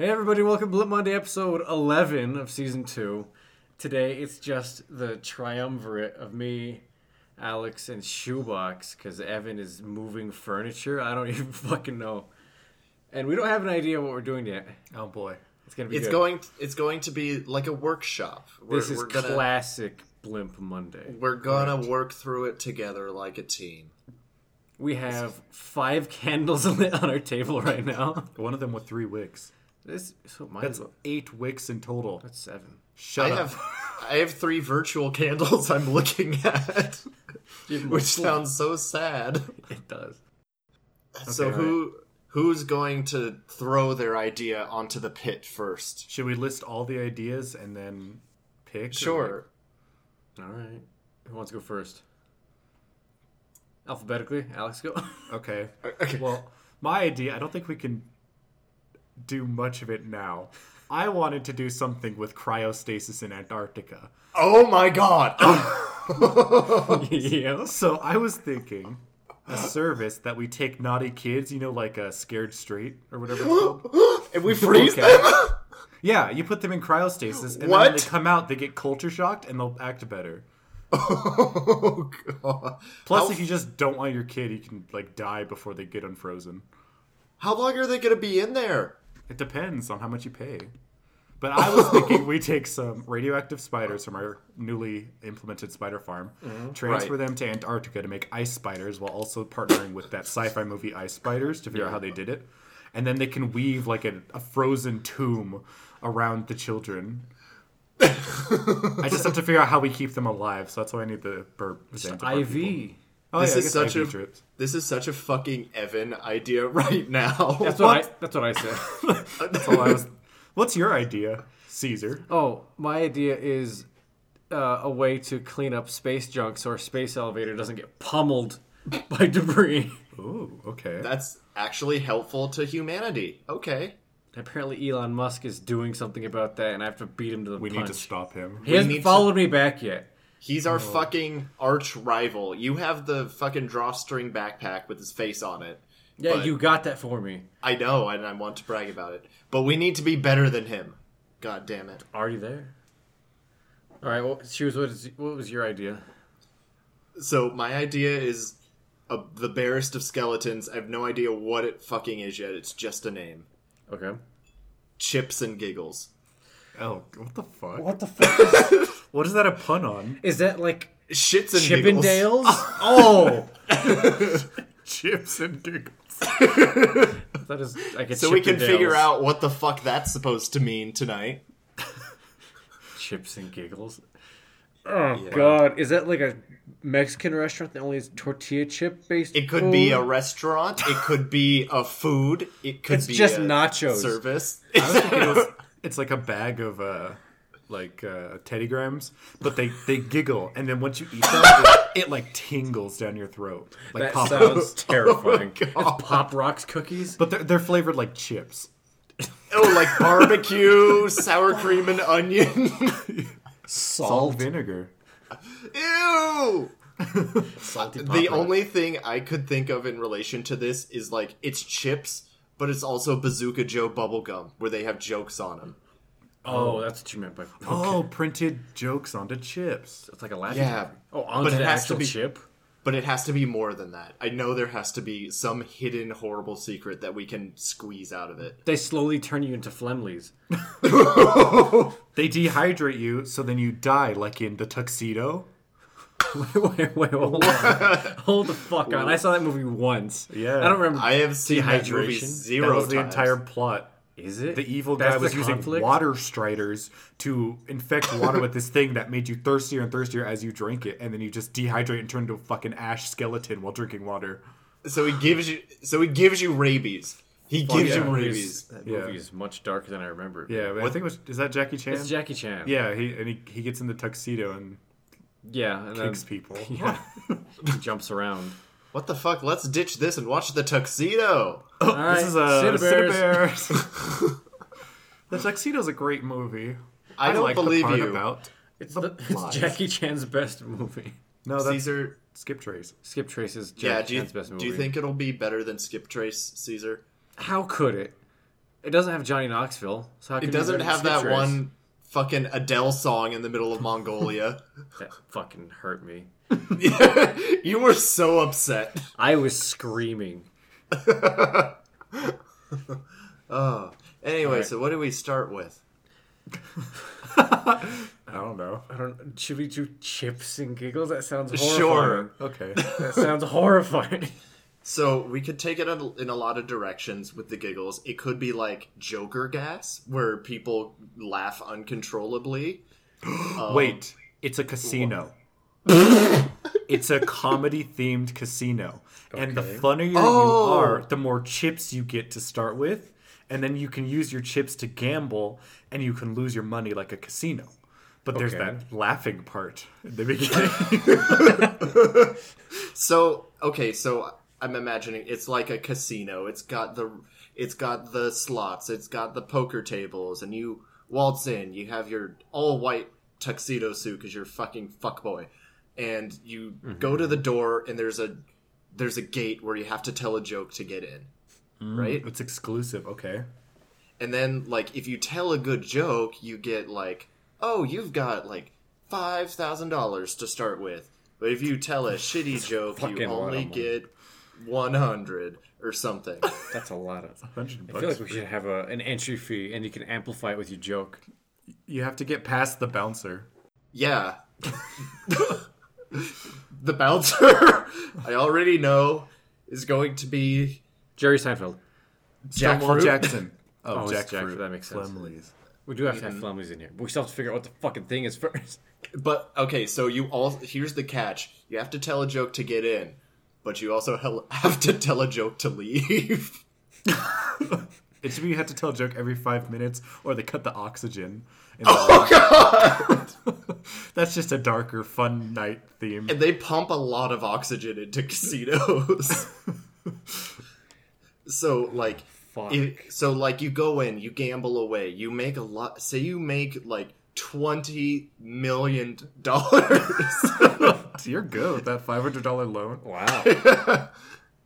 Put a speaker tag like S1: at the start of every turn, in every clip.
S1: to Blip Monday episode 11 of season 2. Today it's just the triumvirate of me, Alex, and Shoebox because Evan is moving furniture. I don't even fucking know. And we don't have an idea what we're doing yet.
S2: Oh boy.
S1: It's going to be
S3: It's
S1: good.
S3: going. It's going to be like a workshop. We're,
S1: This is
S3: we're gonna,
S1: classic Blimp Monday.
S3: We're gonna work through it together like a team.
S1: We have five candles lit on our table right now.
S2: One of them with three wicks.
S1: This so mine
S2: That's
S1: is
S2: eight wicks in total.
S1: that's seven.
S2: Shut
S3: I
S2: up.
S3: have, I have three virtual candles I'm looking at, which sounds so sad.
S1: It does.
S3: so who who's going to throw their idea onto the pit first?
S2: Should we list all the ideas and then pick? or
S3: Sure.
S1: All right. Who wants to go first? Alphabetically, Alex go.
S2: like- okay.
S3: Okay.
S2: Well, my idea, I don't think we can do much of it now. I wanted to do something with cryostasis in Antarctica.
S3: Oh my god!
S1: yes.
S2: So I was thinking a service that we take naughty kids, you know, like a scared straight or whatever it's called.
S3: if we freeze
S2: Okay.
S3: them,
S2: Yeah, you put them in cryostasis, and then when
S3: What?
S2: they come out, they get culture shocked, and they'll act better.
S3: oh god!
S2: Plus,
S3: How-
S2: if you just don't want your kid, you can like die before they get unfrozen.
S3: how long are they gonna be in there?
S2: It depends on how much you pay. But I was thinking we take some radioactive spiders from our newly implemented spider farm, transfer
S3: Mm-hmm. right.
S2: them to Antarctica to make ice spiders, while also partnering with that sci-fi movie Ice Spiders to figure out how they did it, and then they can weave like a, a frozen tomb around the children. I just have to figure out how we keep them alive, so that's why I need the burp.
S1: IV.
S2: Xanthophore people. Oh,
S3: This
S2: yeah, I
S3: is
S2: guess
S3: such
S2: IV
S3: a-
S2: trips.
S3: This is such a fucking Evan idea right now.
S1: That's what, I, that's what I said.
S2: That's all Oh, I was. What's your idea, Caesar?
S1: oh, my idea is uh, a way to clean up space junk so our space elevator doesn't get pummeled by debris.
S2: Ooh, okay.
S3: That's actually helpful to humanity. Okay.
S1: Apparently, Elon Musk is doing something about that, and I have to beat him to the
S2: we
S1: punch.
S2: need to stop him.
S1: He hasn't
S3: need to-
S1: followed me back yet.
S3: He's our fucking arch rival. You have the fucking drawstring backpack with his face on it.
S1: Yeah,
S3: But-
S1: you got that for me.
S3: I know, and I want to brag about it. But we need to be better than him. God damn it.
S1: Already there. All right. Well, she was. What, is, what was your idea?
S3: So my idea is a, the barest of skeletons. I have no idea what it fucking is yet. It's just a name.
S1: Okay.
S3: Chips and giggles.
S2: Oh, what the fuck?
S1: What the fuck
S2: What is that a pun on?
S1: is that? Like
S3: Shits and giggles.
S1: Chippendales? oh,
S2: Chips and giggles.
S1: that is. I get
S3: So we can
S1: Chippendales.
S3: figure out what the fuck that's supposed to mean tonight.
S1: chips and giggles. Oh God! Is that like a Mexican restaurant that only is tortilla chip based?
S3: It could be a restaurant. It could be a food. It could
S1: It's
S3: be
S1: just
S3: a
S1: nachos.
S3: service.
S2: I was thinking it was, it's like a bag of uh, like uh, Teddy Grahams, but they they giggle, and then once you eat them, it, it like tingles down your throat, like
S1: That
S2: pop
S1: sounds terrifying.
S3: Oh,
S1: it's
S3: God.
S1: Pop Rocks cookies.
S2: But they're, they're flavored like chips.
S3: oh, like barbecue, sour cream, and onion.
S2: All
S1: Salt.
S2: vinegar.
S3: Ew.
S1: Salty Pop Rocks.
S3: The only thing I could think of in relation to this is like it's chips, but it's also Bazooka Joe bubblegum where they have jokes on them.
S1: Oh, that's what you meant by.
S2: Oh, printed jokes onto chips.
S1: It's like a laugh.
S3: Yeah.
S1: Oh, onto
S3: But it
S1: the
S3: has to
S1: actual
S3: be-
S1: chip.
S3: But it has to be more than that. I know there has to be some hidden horrible secret that we can squeeze out of it.
S1: They slowly turn you into Flemleys.
S2: They dehydrate you, so then you die, like in the tuxedo.
S1: wait, wait, wait, hold on. hold the fuck on. I saw that movie once.
S2: Yeah.
S1: I don't remember.
S3: I have seen that movie
S1: Dehydration?
S3: zero
S2: That was the
S3: times.
S2: entire plot.
S1: Is it?
S2: The evil
S1: That's
S2: guy
S1: the
S2: was using
S1: conflict?
S2: water striders to infect water with this thing that made you thirstier and thirstier as you drank it, and then you just dehydrate and turn into a fucking ash skeleton while drinking water.
S3: So he gives you. So he gives you rabies. He gives
S1: Yeah,
S3: you
S1: that movie is-
S3: rabies.
S1: That
S2: Yeah.
S1: movie is much darker than I remember.
S2: Yeah, I think it was is that Jackie Chan?
S1: It's Jackie Chan.
S2: yeah, he and he, he gets in the tuxedo and
S1: Yeah. And
S2: kicks
S1: then
S2: people.
S1: he jumps around.
S3: What the fuck? Let's ditch this and watch the tuxedo.
S1: All right.
S2: This is a
S1: Cinnabars.
S2: Cinebears. The Tuxedo's a great movie.
S3: I don't
S2: like
S3: believe
S2: the part
S3: you.
S2: about
S1: It's, the,
S2: plot.
S1: it's Jackie Chan's best movie.
S2: No, that's
S3: Caesar.
S2: Skip Trace.
S1: Skip Trace's Jackie
S3: Yeah. Do you,
S1: Chan's best movie.
S3: do you think it'll be better than Skip Trace Caesar?
S1: How could it? It doesn't have Johnny Knoxville. So how can
S3: It
S1: you
S3: doesn't
S1: run
S3: have that
S1: skip trace?
S3: one fucking Adele song in the middle of Mongolia.
S1: That fucking hurt me.
S3: you were so upset.
S1: I was screaming.
S3: Oh. Anyway,
S1: All right.
S3: so what do we start with?
S2: I don't know.
S1: I don't. Should we do chips and giggles? That sounds horrifying.
S3: Sure.
S2: Okay.
S1: That sounds horrifying.
S3: So we could take it in a- in a lot of directions with the giggles. It could be like Joker gas, where people laugh uncontrollably.
S2: Wait, it's a casino. it's a comedy themed casino. And the funnier
S3: Oh.
S2: you are, the more chips you get to start with. And then you can use your chips to gamble and you can lose your money like a casino. But there's
S1: Okay.
S2: that laughing part at the beginning.
S3: So okay, so I'm imagining it's like a casino. It's got the it's got the slots. It's got the poker tables, and you waltz in. You have your all white tuxedo suit because you're fucking fuckboy, and you go to the door, and there's a there's a gate where you have to tell a joke to get in, right?
S2: Mm. it's exclusive, okay.
S3: And then, like, if you tell a good joke, you get like, oh, you've got like five thousand dollars to start with. But if you tell a shitty joke, you
S1: fucking lot
S3: only
S1: of money.
S3: get one hundred or something.
S1: That's a lot of. I
S2: 100 bucks.
S1: feel like we should have a, an entry fee, and you can amplify it with your joke.
S2: you have to get past the bouncer.
S3: yeah. the bouncer, I already know, is going to be
S1: Jerry Seinfeld.
S3: Jack
S2: Stonewall
S3: Fruit.
S2: Jackson. Oh,
S1: it's
S2: Jack,
S1: Jack
S2: Fruit.
S1: Fruit, that makes sense.
S2: Flemleys.
S1: We do have to have Flemleys in here. but We still have to figure out what the fucking thing is first.
S3: But okay, so you all here's the catch: you have to tell a joke to get in, but you also hel- have to tell a joke to leave.
S2: It should be you have to tell a joke every five minutes, or they cut the oxygen. In the That's just a darker, fun night theme.
S3: And they pump a lot of oxygen into casinos. so like
S1: Fuck.
S3: if- so like you go in, you gamble away, you make a lot say you make like twenty million dollars
S2: You're good with that five hundred dollar loan.
S1: wow.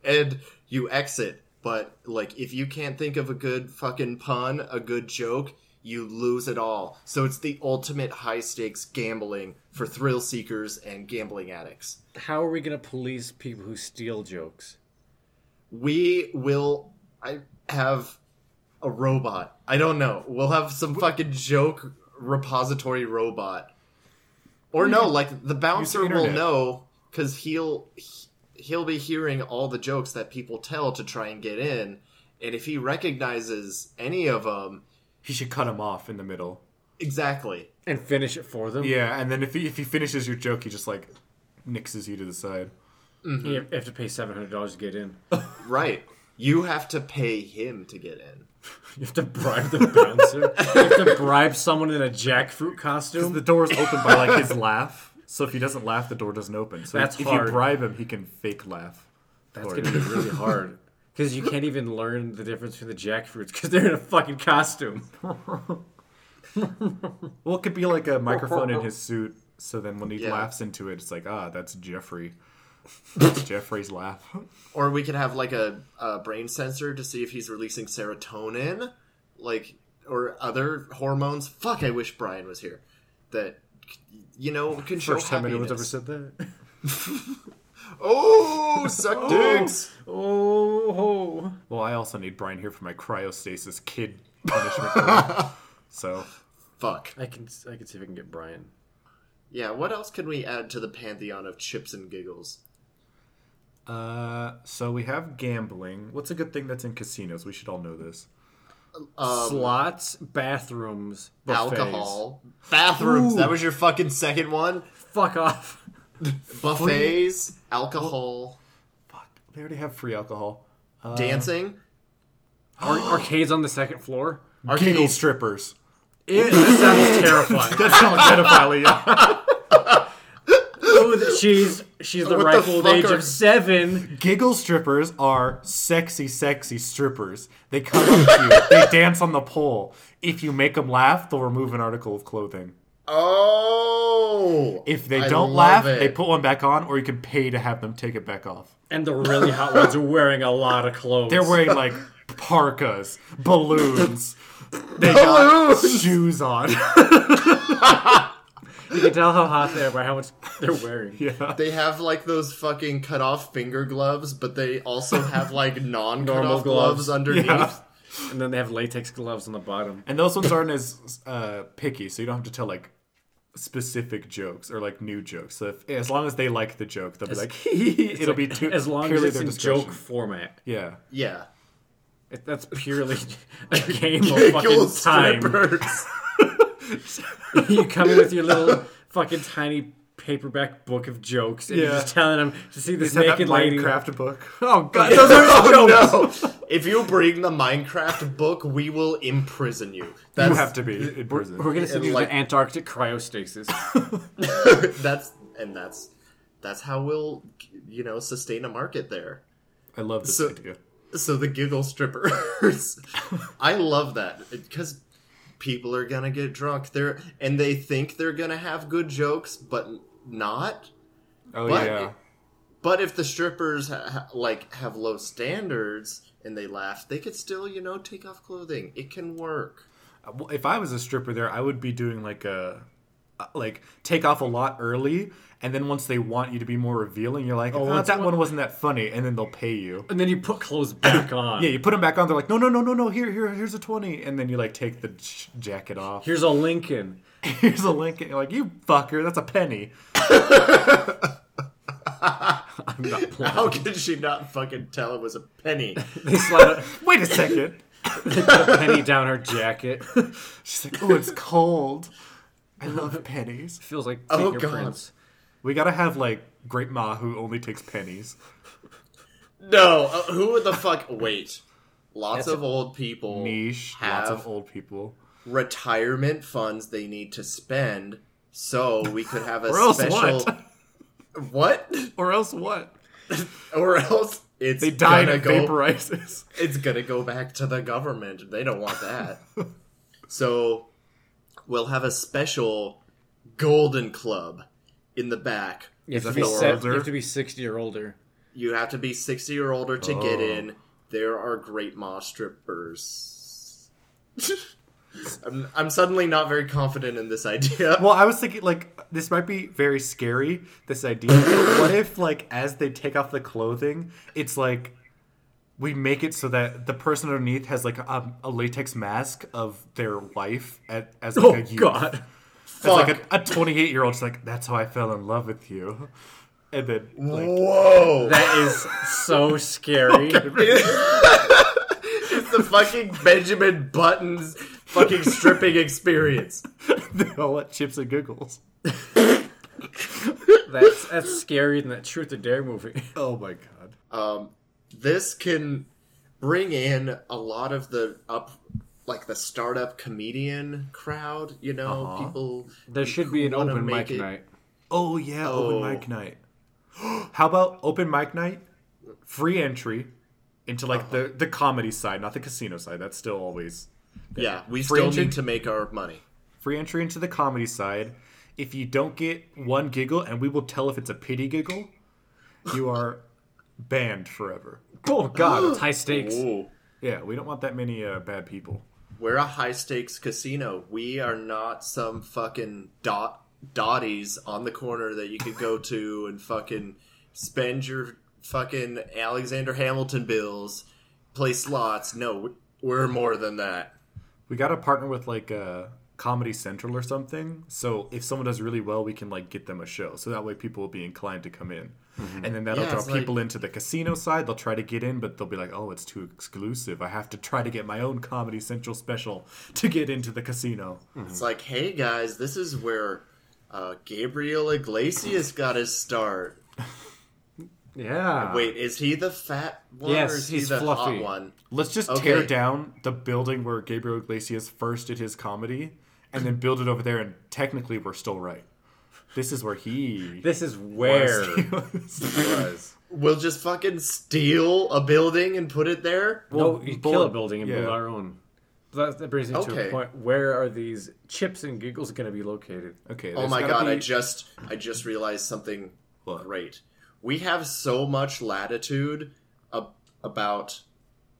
S3: and you exit, but like if you can't think of a good fucking pun, a good joke, you lose it all. So it's the ultimate high stakes gambling for thrill seekers and gambling addicts.
S1: How are we gonna police people who steal jokes?
S3: we will I have a robot. I don't know. We'll have some fucking joke repository robot. Or no, like the bouncer will
S2: internet.
S3: know cuz he'll he- he'll be hearing all the jokes that people tell to try and get in, and if he recognizes any of them,
S2: He should cut him off in the middle.
S3: exactly.
S1: And finish it for them.
S2: Yeah, and then if he if he finishes your joke, he just like nixes you to the side.
S1: You have to pay seven hundred dollars to get in.
S3: Right. You have to pay him to get in.
S1: You have to bribe the bouncer. you have to bribe someone in a jackfruit costume.
S2: The door is open by like his laugh. So if he doesn't laugh, the door doesn't open. So
S1: That's
S2: if
S1: hard.
S2: you bribe him, he can fake laugh.
S1: That's
S2: Or-
S1: gonna be really hard because you can't even learn the difference between the jackfruits because they're in a fucking costume.
S2: Well, it could be like a microphone in his suit. So then when he
S3: Yeah.
S2: laughs into it, it's like, ah, that's Jeffrey. That's Jeffrey's laugh.
S3: Or we could have like a, a brain sensor to see if he's releasing serotonin, like or other hormones. Fuck, I wish Brian was here. That you know can show
S2: First time anyone's
S3: happiness.
S2: ever said that.
S3: Oh, suck dicks.
S1: Oh,
S2: Well, I also need Brian here for my cryostasis kid punishment. room. so
S3: Fuck.
S1: I can I can see if I can get Brian.
S3: Yeah. What else can we add to the pantheon of chips and giggles?
S2: Uh, so we have gambling. What's a good thing that's in casinos? We should all know this. Um,
S1: Slots, bathrooms, buffets.
S3: Alcohol, bathrooms.
S2: Ooh.
S3: That was your fucking second one.
S1: Fuck off.
S3: Buffets, alcohol,
S2: Fuck, they already have free alcohol.
S3: dancing.
S1: Ar- arcades on the second floor.
S2: Giggle
S3: Arcades.
S2: strippers.
S1: It that sounds terrifying.
S2: That's not pedophile. yeah.
S1: Ooh, th- she's she's the
S3: What the
S1: rifle
S3: fuck
S1: age
S3: are-
S1: of seven.
S2: Giggle strippers are sexy, sexy strippers. They come up to you. They dance on the pole. If you make them laugh, they'll remove an article of clothing.
S3: Oh.
S2: If they
S3: I
S2: don't laugh,
S3: love it.
S2: they put one back on, or you can pay to have them take it back off.
S1: And the really hot ones are wearing a lot of clothes.
S2: They're wearing like parkas, balloons. They got shoes on.
S1: You can tell how hot they are by how much they're wearing.
S2: yeah.
S3: They have like those fucking cut off finger gloves, but they also have like non cut
S1: Normal
S3: off
S1: gloves.
S3: gloves underneath.
S2: Yeah.
S1: And then they have latex gloves on the bottom.
S2: And those ones aren't as uh, picky, so you don't have to tell like specific jokes or like new jokes. So if, as long as they like the joke, they'll be like, it'll be too
S1: As long as
S2: purely
S1: it's
S2: their
S1: in
S2: discretion.
S1: joke format.
S2: Yeah.
S3: Yeah.
S1: It- That's purely a game of fucking time.
S3: strippers.
S1: You come in with your little fucking tiny paperback book of jokes and you're
S2: Yeah.
S1: just telling them to see this
S2: Is that that
S1: naked lady.
S2: Minecraft book? Oh god,
S3: oh, no. If you bring the Minecraft book, we will imprison you. That's,
S2: You have to be in prison.
S1: We're gonna send
S3: And
S1: you
S3: like-
S1: to Antarctic cryostasis.
S3: That's and that's that's how we'll you know sustain a market there.
S2: I love this
S3: So-
S2: idea.
S3: So the giggle strippers, I love that because people are gonna get drunk there and they think they're gonna have good jokes, but not.
S2: Oh
S3: But-
S2: yeah.
S3: But if the strippers ha- ha- like have low standards and they laugh, they could still you know take off clothing. It can work.
S2: Well, If I was a stripper there, I would be doing like a uh, like take off a lot early, and then once they want you to be more revealing, you're like, oh,
S1: once-
S2: that one wasn't that funny, and then they'll pay you.
S1: and then you put clothes back on.
S2: Yeah, you put them back on. They're like, no, no, no, no, no. Here, here, here's a twenty, and then you like take the j- jacket off.
S1: Here's a Lincoln.
S2: Here's a link, and you're like, you fucker, that's a penny.
S1: I'm not playing.
S3: How could she not fucking tell it was a penny?
S1: They slide
S2: Wait a second.
S1: a penny down her jacket.
S2: She's like, oh, it's cold. I love pennies.
S1: Feels like
S3: Oh,
S1: fingerprints.
S2: We gotta have like Great Ma who only takes pennies.
S3: No, uh, who the fuck? Wait, lots
S1: That's
S3: of old people
S2: Niche,
S3: have
S2: lots of old people.
S3: retirement funds they need to spend, so we could have a
S2: Or else
S3: special
S2: what?
S3: what?
S2: Or else what?
S3: Or else it's
S2: They die
S3: gonna
S2: and
S3: go.
S2: vaporizes.
S3: It's gonna go back to the government. They don't want that. so we'll have a special golden club in the back.
S1: You have, to
S2: that
S1: be
S2: feel
S1: set,
S2: older?
S1: you have to be 60 or older.
S3: You have to be sixty or older to get
S2: Oh.
S3: in. There are great ma strippers. I'm, I'm suddenly not very confident in this idea.
S2: Well, I was thinking like this might be very scary. This idea. what if like as they take off the clothing, it's like we make it so that the person underneath has like a, a latex mask of their life at, as like
S1: Oh,
S2: a youth.
S1: God.
S2: As like a 28 year old's like that's how I fell in love with you, and then like,
S3: Whoa!
S1: That is so scary.
S3: It's the fucking Benjamin Button's fucking stripping experience.
S2: they all at chips and giggles.
S1: That's, that's scarier than that Truth or Dare movie.
S2: Oh my god.
S3: This can bring in a lot of the up, like the startup comedian crowd. You know,
S2: Uh-huh.
S3: people.
S1: There should be an
S3: wanna
S1: open
S3: make
S1: mic
S3: it-
S1: night.
S2: Oh yeah,
S3: Oh.
S2: open mic night. How about open mic night? Free entry into like the the comedy side, not the casino side. That's still always
S3: Yeah, we
S2: Free
S3: still
S2: engine?
S3: need to make our money.
S2: free entry into the comedy side. If you don't get one giggle, and we will tell if it's a pity giggle, you are banned forever.
S1: Oh, God. It's high stakes.
S3: Ooh.
S2: Yeah, we don't want that many uh, bad people.
S3: We're a high stakes casino. We are not some fucking dot dotties on the corner that you could go to and fucking spend your fucking Alexander Hamilton bills, play slots. No, we're more than that.
S2: We gotta partner with like uh, Comedy Central or something. So if someone does really well, we can like get them a show. So that way people will be inclined to come in,
S3: Mm-hmm.
S2: and then that'll
S3: Yeah,
S2: draw
S3: it's like-
S2: people into the casino side. They'll try to get in, but they'll be like, "Oh, it's too exclusive. I have to try to get my own Comedy Central special to get into the casino."
S3: It's like, hey guys, this is where uh, Gabriel Iglesias got his start.
S1: Yeah.
S3: Wait, is he the fat one
S1: Yes,
S3: or is he
S1: he's
S3: the
S1: fluffy.
S3: hot one?
S2: Let's just tear
S3: Okay.
S2: down the building where Gabriel Iglesias first did his comedy, and then build it over there. And technically, we're still right. This is where he.
S1: This is where it was.
S3: We'll just fucking steal a building and put it there.
S1: no, you kill a
S2: bullet-
S1: building and
S2: yeah.
S1: build our own. That, that brings me to
S3: Okay.
S1: a point. Where are these chips and giggles going to be located?
S2: okay.
S3: Oh
S2: there's
S3: my
S2: gotta
S3: god, I
S2: be-
S3: just I just realized something
S2: What?
S3: great. We have so much latitude ab- about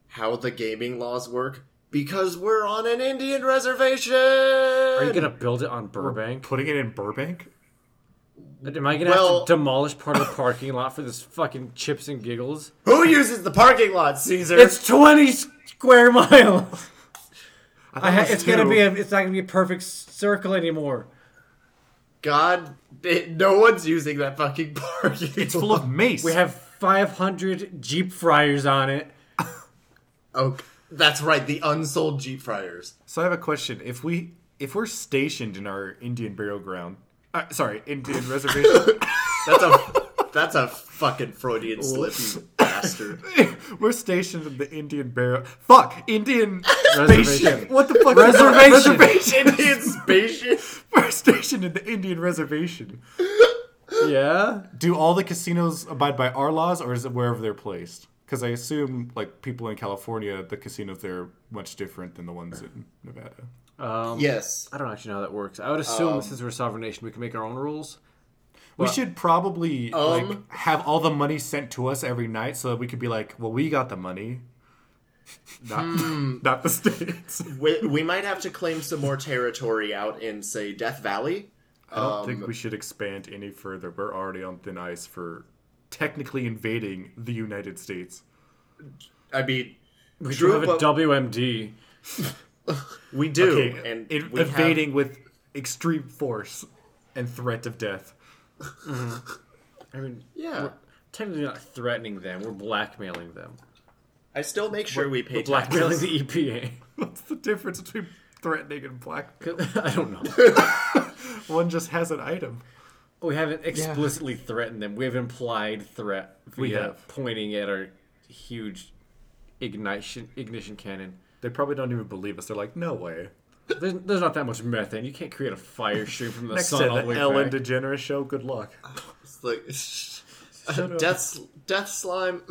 S3: how the gaming laws work because we're on an Indian reservation. Are
S1: Are you gonna build it on Burbank?
S2: Putting it in Burbank?
S1: Am I gonna
S3: Well-
S1: have to demolish part of the parking lot for this fucking chips and giggles?
S3: Who uses the parking lot, Caesar?
S1: It's twenty square miles.
S2: thought
S1: I ha-
S2: it was
S1: it's gonna
S2: two.
S1: be a, it's not gonna be a perfect circle anymore.
S3: God, it, no one's using that fucking parking.
S2: It's full of mace.
S1: We have five hundred Jeep fryers on it.
S3: Oh, that's right. The unsold Jeep fryers.
S2: So I have a question. If we if we're stationed in our Indian burial ground, uh, sorry, Indian reservation,
S3: That's a that's a fucking Freudian slip, you bastard.
S2: we're stationed in the Indian burial. Fuck, Indian
S1: Reservation.
S2: spaceship. What the fuck?
S1: Reservation.
S3: Indian spaceship.
S2: We're stationed in the Indian reservation.
S1: Yeah.
S2: Do all the casinos abide by our laws, or is it wherever they're placed? Because I assume, like people in California, the casinos there are much different than the ones in Nevada.
S3: Um, Yes.
S1: I don't actually know how that works. I would
S3: Um,
S1: assume since we're a sovereign nation, we can make our own rules.
S2: we should probably like
S3: Um.
S2: have all the money sent to us every night, so that we could be like, "Well, we got the money, not
S3: Hmm.
S2: not the states."
S3: We, we might have to claim some more territory out in, say, Death Valley.
S2: I don't
S3: Um,
S2: think we should expand any further. We're already on thin ice for technically invading the United States.
S3: I mean,
S1: We
S3: True,
S1: do have a
S3: but-
S1: WMD.
S3: we do,
S2: Okay,
S3: and
S2: in-
S3: we
S2: invading with extreme force and threat of death.
S1: I mean,
S3: Have, yeah,
S1: technically not threatening them. We're blackmailing them.
S3: I still make sure
S2: E
S3: we pay
S1: Blackmailing
S3: taxes.
S1: the E EPA.
S2: What's the difference between threatening and blackmail?
S1: I don't know.
S2: One just has an item.
S1: We haven't explicitly threatened them. We have implied threat via
S2: have.
S1: pointing at our huge ignition ignition cannon.
S2: They probably don't even believe us. They're like, no way.
S1: There's, there's not that much methane. You can't create a fire stream from the
S2: Next
S1: sun
S2: to
S1: all the
S2: the
S1: way
S2: Ellen
S1: back. Ah,
S2: DeGeneres show, good luck.
S3: It's
S2: Shut
S3: like
S2: up.
S3: death, s- death slime.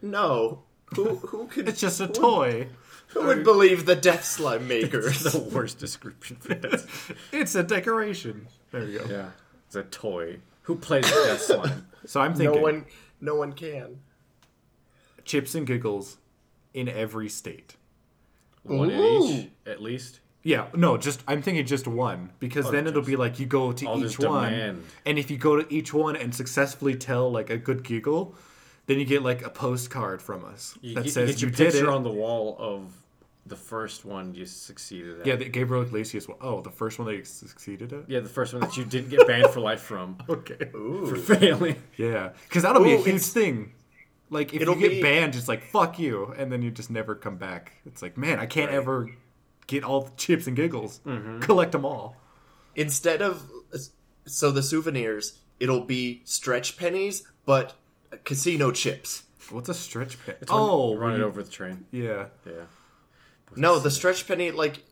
S3: No, who who could
S2: It's just a toy.
S3: who would believe the death slime makers?
S1: the worst description for that.
S2: It's a decoration. There you go.
S1: yeah, it's a toy. Who plays with death slime?
S2: So I'm
S3: No
S2: thinking
S3: one, no one can.
S2: chips and giggles in every state.
S1: One in each, at least.
S2: Yeah, no, just I'm thinking just one
S1: Oh,
S2: because then it'll be like you go to
S1: there's
S2: each one,
S1: demand.
S2: and if you go to each one and successfully tell like a good giggle, then you get like a postcard from us
S1: You
S2: that
S1: get,
S2: says
S1: you, get your
S2: you did
S1: picture
S2: it.
S1: on the wall of the first one you succeeded at.
S2: yeah, that Gabriel Iglesias. wa- Oh, the first one that you succeeded at.
S1: Yeah, the first one that you didn't get banned for life from
S2: Okay.
S1: for failing.
S2: Yeah, because that'll be a
S3: Ooh,
S2: huge
S3: it's-
S2: thing. Like if you
S3: It'll
S2: get
S3: be-
S2: banned, it's like fuck you, and then you just never come back. It's like man, I can't ever get all the chips and giggles, collect them all.
S3: instead of so the souvenirs it'll be stretch pennies but casino chips
S2: What's a stretch pin? oh,
S1: run
S2: when
S1: it
S2: you-
S1: over the train.
S2: Yeah.
S1: Yeah.
S3: no the stretch penny like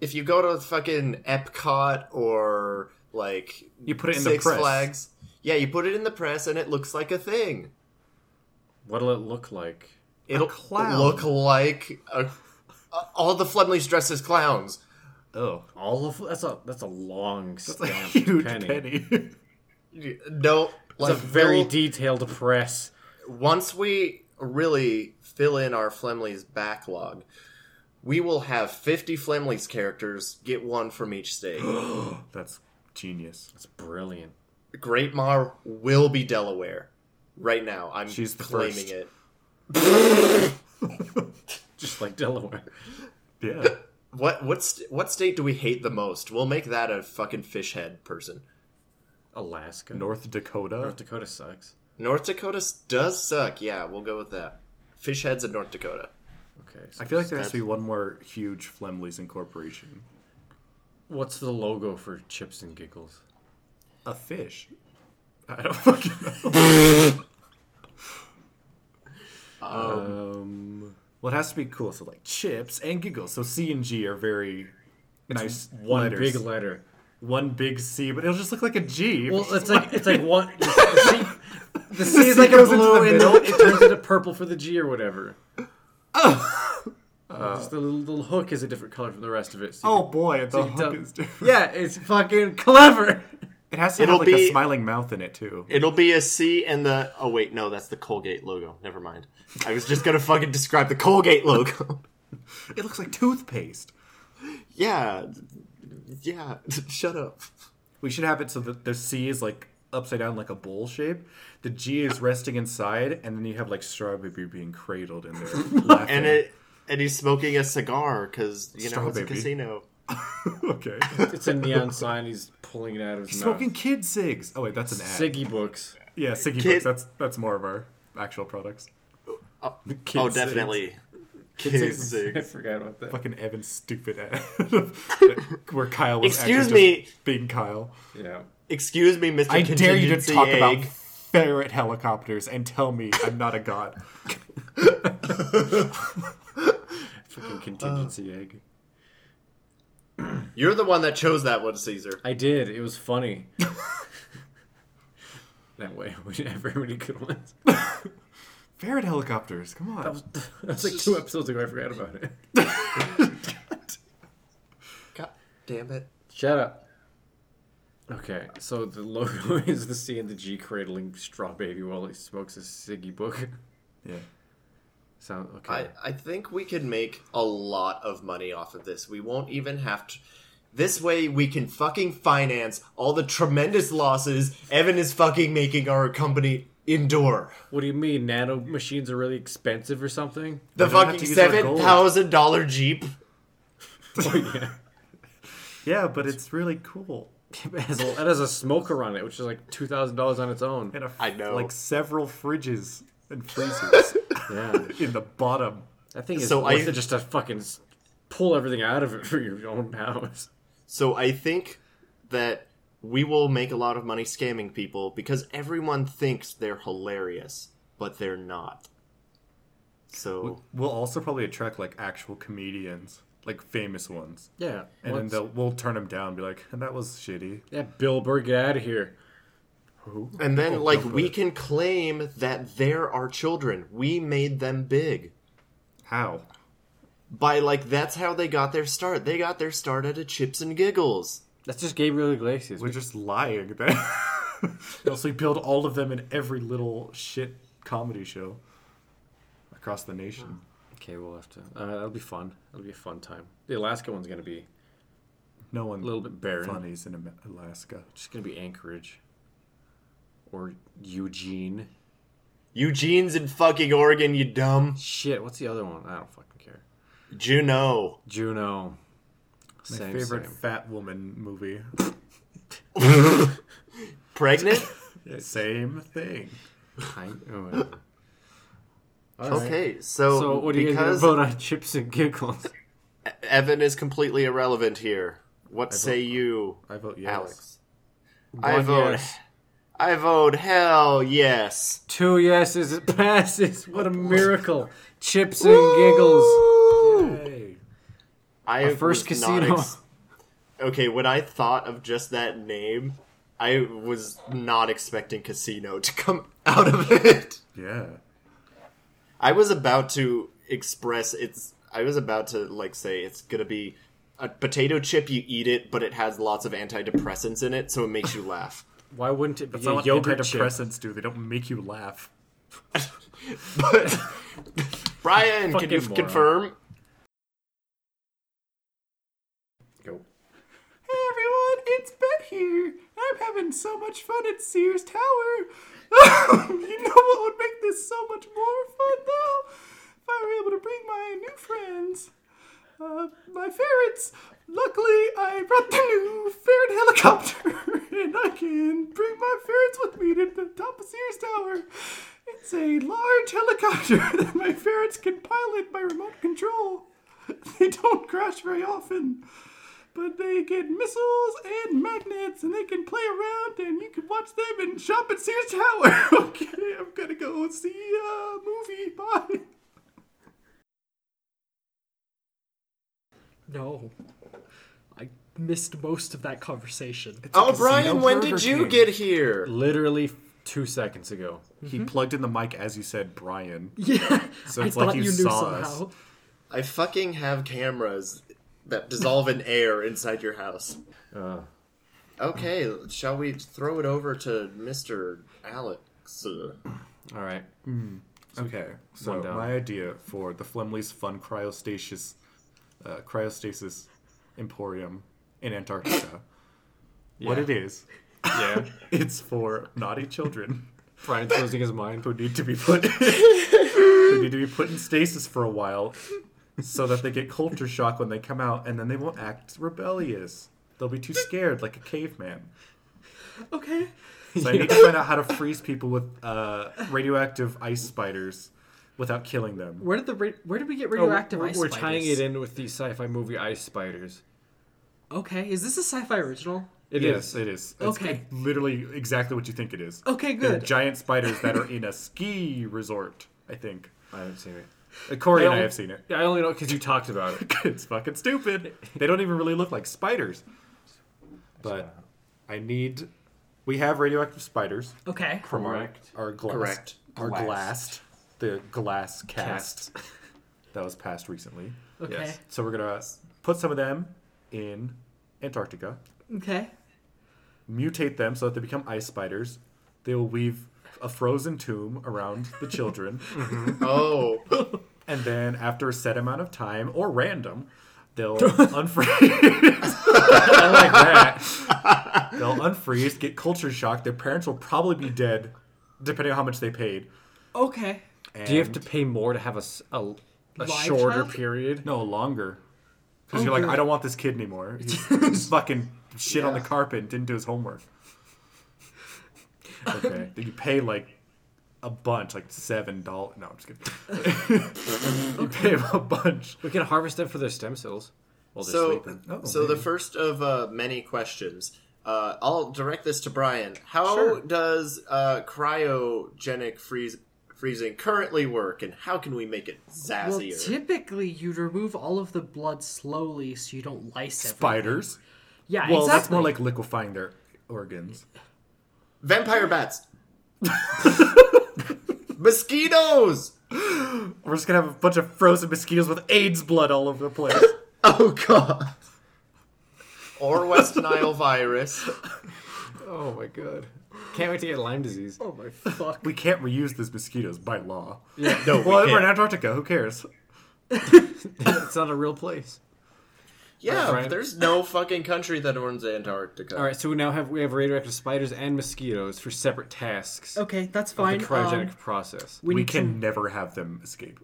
S3: if you go to fucking epcot or like
S2: You put it in the
S3: six
S2: press.
S3: flags yeah you put it in the press and it looks like a thing
S1: What'll it look like?
S3: it'll
S2: clown.
S3: look like a, a- all the Flemleys dressed as clowns
S2: Oh,
S1: All of that's a that's a long
S2: it's like a
S1: stamped
S2: huge
S1: penny.
S2: penny.
S3: no like
S1: It's a very
S3: they'll-
S1: detailed press.
S3: once we really fill in our Flemley's backlog, we will have 50 Flemley's characters, get one from each state.
S2: That's genius.
S1: It's brilliant.
S3: Great Mar will be Delaware. Right now, I'm
S2: She's the
S3: claiming
S2: first.
S3: it.
S1: Just like Delaware.
S2: Yeah.
S3: What what st- what state do we hate the most? We'll make that a fucking fish head person.
S1: Alaska. North
S2: North Dakota.
S1: Dakota sucks.
S3: North Dakota s- does suck. Yeah, we'll go with that. Fish heads in North Dakota.
S1: Okay. so
S2: I feel like there
S1: that's-
S2: has to be one more huge Flemley's Incorporation.
S1: What's the logo for Chips and Giggles?
S2: A fish. I don't fucking know.
S1: Um,
S2: Well, it has to be cool. So like chips and giggles. So C and G are very nice.
S1: one
S2: letters.
S1: big letter.
S2: one big C, but it'll just look like a G.
S1: Well, it's like it's like one. The C, the C is like a
S2: goes into
S1: blue,
S2: the
S1: and
S2: middle.
S1: then it turns into purple for the G or whatever. Just the little, little hook is a different color from the rest of it. so you
S2: oh boy, the
S1: can-
S2: hook is different.
S1: yeah, it's fucking clever.
S2: It has to
S3: It'll
S2: have like
S3: be-
S2: a smiling mouth in it too.
S3: It'll be a C and the. Oh wait, no, that's the Colgate logo. Never mind. I was just gonna fucking describe the Colgate logo.
S2: It looks like toothpaste.
S3: yeah, yeah. Shut up.
S2: We should have it so that the C is like upside down like a bowl shape. The G is resting inside, and then you have like strawberry being cradled in there. laughing.
S3: And it and he's smoking a cigar because you know it's a
S2: Strawbaby.
S3: casino. Oh,
S2: okay.
S1: It's a neon sign. He's pulling it out of his mouth.
S2: Smoking kid cigs. Oh wait, that's an ad.
S1: Siggy books.
S2: yeah, Siggy
S3: Kid-
S2: books. That's that's more of our actual products.
S1: Kid
S3: oh,
S1: Cigs.
S3: definitely.
S1: Kid
S3: Kid
S1: Cigs.
S3: Cigs.
S1: I forgot about that.
S2: Fucking Evan's stupid ad, where Kyle was. actually
S3: Excuse
S2: just
S3: me.
S2: being Kyle.
S1: Yeah.
S3: Excuse me, Mister.
S2: I dare you to talk
S3: egg.
S2: about ferret helicopters and tell me I'm not a god.
S1: Fucking contingency egg.
S3: You're the one that chose that one, Caesar.
S1: I did. It was funny. that way, we didn't have very many good ones. That
S2: Ferret helicopters. Come on.
S1: was, that was like two episodes ago. I forgot about it.
S3: God damn it.
S1: Shut up. Okay, so the logo is the C and the G cradling straw baby while he smokes a ciggy book.
S2: yeah.
S1: Sound okay?
S3: I, I think we could make a lot of money off of this. We won't even have to. This way, we can fucking finance all the tremendous losses Evan is fucking making our company endure.
S1: what do you mean? Nano machines are really expensive or something?
S3: The
S2: We don't have
S3: fucking
S2: to use our
S3: seven thousand dollar jeep.
S1: oh, yeah.
S2: Yeah, but it's really cool.
S1: It has a, that has a smoker on it, which is like two thousand dollars on its own.
S2: And a,
S3: I know.
S2: Like several fridges and freezers
S1: Yeah,
S2: in the bottom.
S1: that thing is
S3: So
S1: worth
S3: I-
S1: it just to fucking s- pull everything out of it for your own house.
S3: So I think that we will make a lot of money scamming people because everyone thinks they're hilarious, but they're not. So
S2: We'll also probably attract like actual comedians, like famous ones.
S1: Yeah,
S2: And then
S1: once-
S2: they'll, we'll turn them down and be like, that was shitty.
S1: yeah, Bill Burr, get out of here.
S3: and then
S2: Oh,
S3: like
S2: no,
S3: we
S2: but-
S3: can claim that they're our children. We made them big.
S2: How?
S3: by like that's how they got their start. They got their start at a Chips and Giggles.
S1: That's just Gabriel Iglesias.
S2: We're just lying then. also, we build all of them in every little shit comedy show across the nation.
S1: Okay, we'll have to. Uh, that'll be fun. It'll be a fun time. The Alaska one's gonna be
S2: No one
S1: a little bit barren.
S2: funnies in Am- Alaska.
S1: It's gonna be Anchorage or Eugene.
S3: Eugene's in fucking Oregon, you dumb
S1: Shit, what's the other one? I don't fucking care.
S3: Juno.
S1: Juno.
S2: My
S1: Same,
S2: favorite
S1: same.
S2: fat woman movie.
S3: Pregnant?
S2: Same thing.
S1: Kind- oh, whatever.
S3: okay, so,
S1: So, what do you guys
S3: because
S1: vote on chips and giggles?
S3: Evan is completely irrelevant here. What say you,
S2: I vote yes.
S3: Alex? I
S1: One
S3: vote.
S1: yes.
S3: I vote. Hell yes.
S1: Two yeses, it passes. What a miracle! Chips and giggles.
S2: Yay.
S3: I
S1: Our first
S3: was not
S1: casino.
S3: ex- okay, when I thought of just that name, I was not expecting casino to come out of it.
S2: Yeah.
S3: I was about to express it's. I was about to like say it's gonna be a potato chip. You eat it, but it has lots of antidepressants in it, so it makes you laugh.
S1: Why wouldn't it be
S2: It's not
S1: a
S2: what
S1: yogurt chip?
S2: antidepressants do. They don't make you laugh.
S3: But Brian, can
S1: Fucking
S3: you
S1: moron.
S3: confirm?
S1: Go.
S2: Hey everyone, it's Bet here. I'm having so much fun at Sears Tower. you know what would make this so much more fun though? If I were able to bring my new friends, uh, my ferrets. Luckily, I brought the new ferret helicopter, and I can bring my ferrets with me to the top of Sears Tower. It's a large helicopter that my ferrets can pilot by remote control. They don't crash very often but they get missiles and magnets, and they can play around, and you can watch them and shop at Sears Tower. okay, I'm gonna go see a movie. Bye.
S4: No. I missed most of that conversation.
S3: Oh, Brian, when
S2: Burger
S3: did you
S2: King.
S3: get here?
S1: Literally two seconds ago.
S2: He plugged in the mic as you said, Brian.
S4: Yeah.
S2: So
S4: I
S2: it's like
S4: thought
S2: you
S4: you, knew
S2: saw us.
S4: somehow.
S3: I fucking have cameras that dissolve in air inside your house.
S1: Uh,
S3: Okay, shall we throw it over to Mr. Alex? Uh,
S1: All right.
S2: Okay, so
S1: One down.
S2: my idea for the Flemley's Fun Cryostasis, uh, Cryostasis Emporium in Antarctica. What
S1: Yeah.
S2: it is,
S1: Yeah.
S2: it's for naughty children
S1: Brian's losing his mind.
S2: who need to be put who need to be put in stasis for a while, so that they get culture shock when they come out, and then they won't act rebellious. They'll be too scared, like a caveman.
S4: Okay.
S2: So I need to find out how to freeze people with uh, radioactive ice spiders without killing them.
S4: Where did the ra- where did we get
S1: Oh, we're-
S4: radioactive
S1: we're,
S4: ice
S1: we're
S4: spiders?
S1: tying it in with the sci-fi movie Ice Spiders.
S4: Okay, is this a sci-fi original?
S1: It
S2: yes,
S1: is.
S2: it is. It's
S4: Okay.
S2: literally exactly what you think it is.
S4: Okay,
S2: They're
S4: good.
S2: giant spiders that are in a ski resort. I think.
S1: I haven't seen it.
S2: Uh, Corey and I
S1: don't-
S2: have seen it.
S1: Yeah, I only know because you talked about it.
S2: it's fucking stupid. They don't even really look like spiders. But I need. We have radioactive spiders.
S4: okay.
S2: from our-
S1: Correct.
S2: Our, glass,
S3: Correct.
S2: Our
S1: Glassed.
S2: glassed. The glass cast that was passed recently.
S4: Okay.
S1: Yes.
S2: So we're gonna put some of them in Antarctica,
S4: Okay.
S2: mutate them so that they become ice spiders. They will weave a frozen tomb around the children,
S3: Oh,
S2: and then after a set amount of time or random, they'll unfreeze. I like that. They'll unfreeze, get culture shock. Their parents will probably be dead, depending on how much they paid.
S4: Okay.
S1: Do you have
S2: And-
S1: to pay more to have a, s- a- a
S4: Live
S1: shorter
S4: child?
S1: period?
S2: No, longer.
S1: Oh,
S2: Because you're like,
S4: Okay.
S2: I don't want this kid anymore. He's fucking shit on the
S3: Yeah.
S2: carpet and didn't do his homework. Okay. Then you pay like a bunch, like seven dollars. No, I'm just kidding. you pay him a bunch.
S1: We can harvest them for their stem cells while they're
S3: so
S1: sleeping.
S2: Oh,
S3: so the
S2: maybe.
S3: first of uh, many questions. Uh, I'll direct this to Brian. How
S4: Sure.
S3: does uh, cryogenic freeze freezing currently work, and how can we make it
S4: Well,
S3: zazzier?
S4: typically you'd remove all of the blood slowly so you don't lice everything.
S2: Spiders.
S4: Yeah,
S2: Well,
S4: exactly.
S2: that's more like liquefying their organs.
S3: Vampire bats, mosquitoes.
S2: We're just gonna have a bunch of frozen mosquitoes with AIDS blood all over the place.
S3: Oh god. Or West Nile virus.
S1: Oh my god. Can't wait to get Lyme disease.
S4: oh my fuck.
S2: we can't reuse these mosquitoes by law.
S3: No,
S2: Well,
S3: we
S2: we're in
S3: can't.
S2: Antarctica. Who cares?
S1: it's not a real place.
S3: Yeah,
S1: Brian.
S3: there's no fucking country that owns Antarctica.
S1: All right, so we now have we have radioactive spiders and mosquitoes for separate tasks.
S4: Okay, that's
S1: The
S4: fine.
S1: cryogenic
S4: Um,
S1: process.
S4: we
S2: We
S4: need
S2: can never have them escape.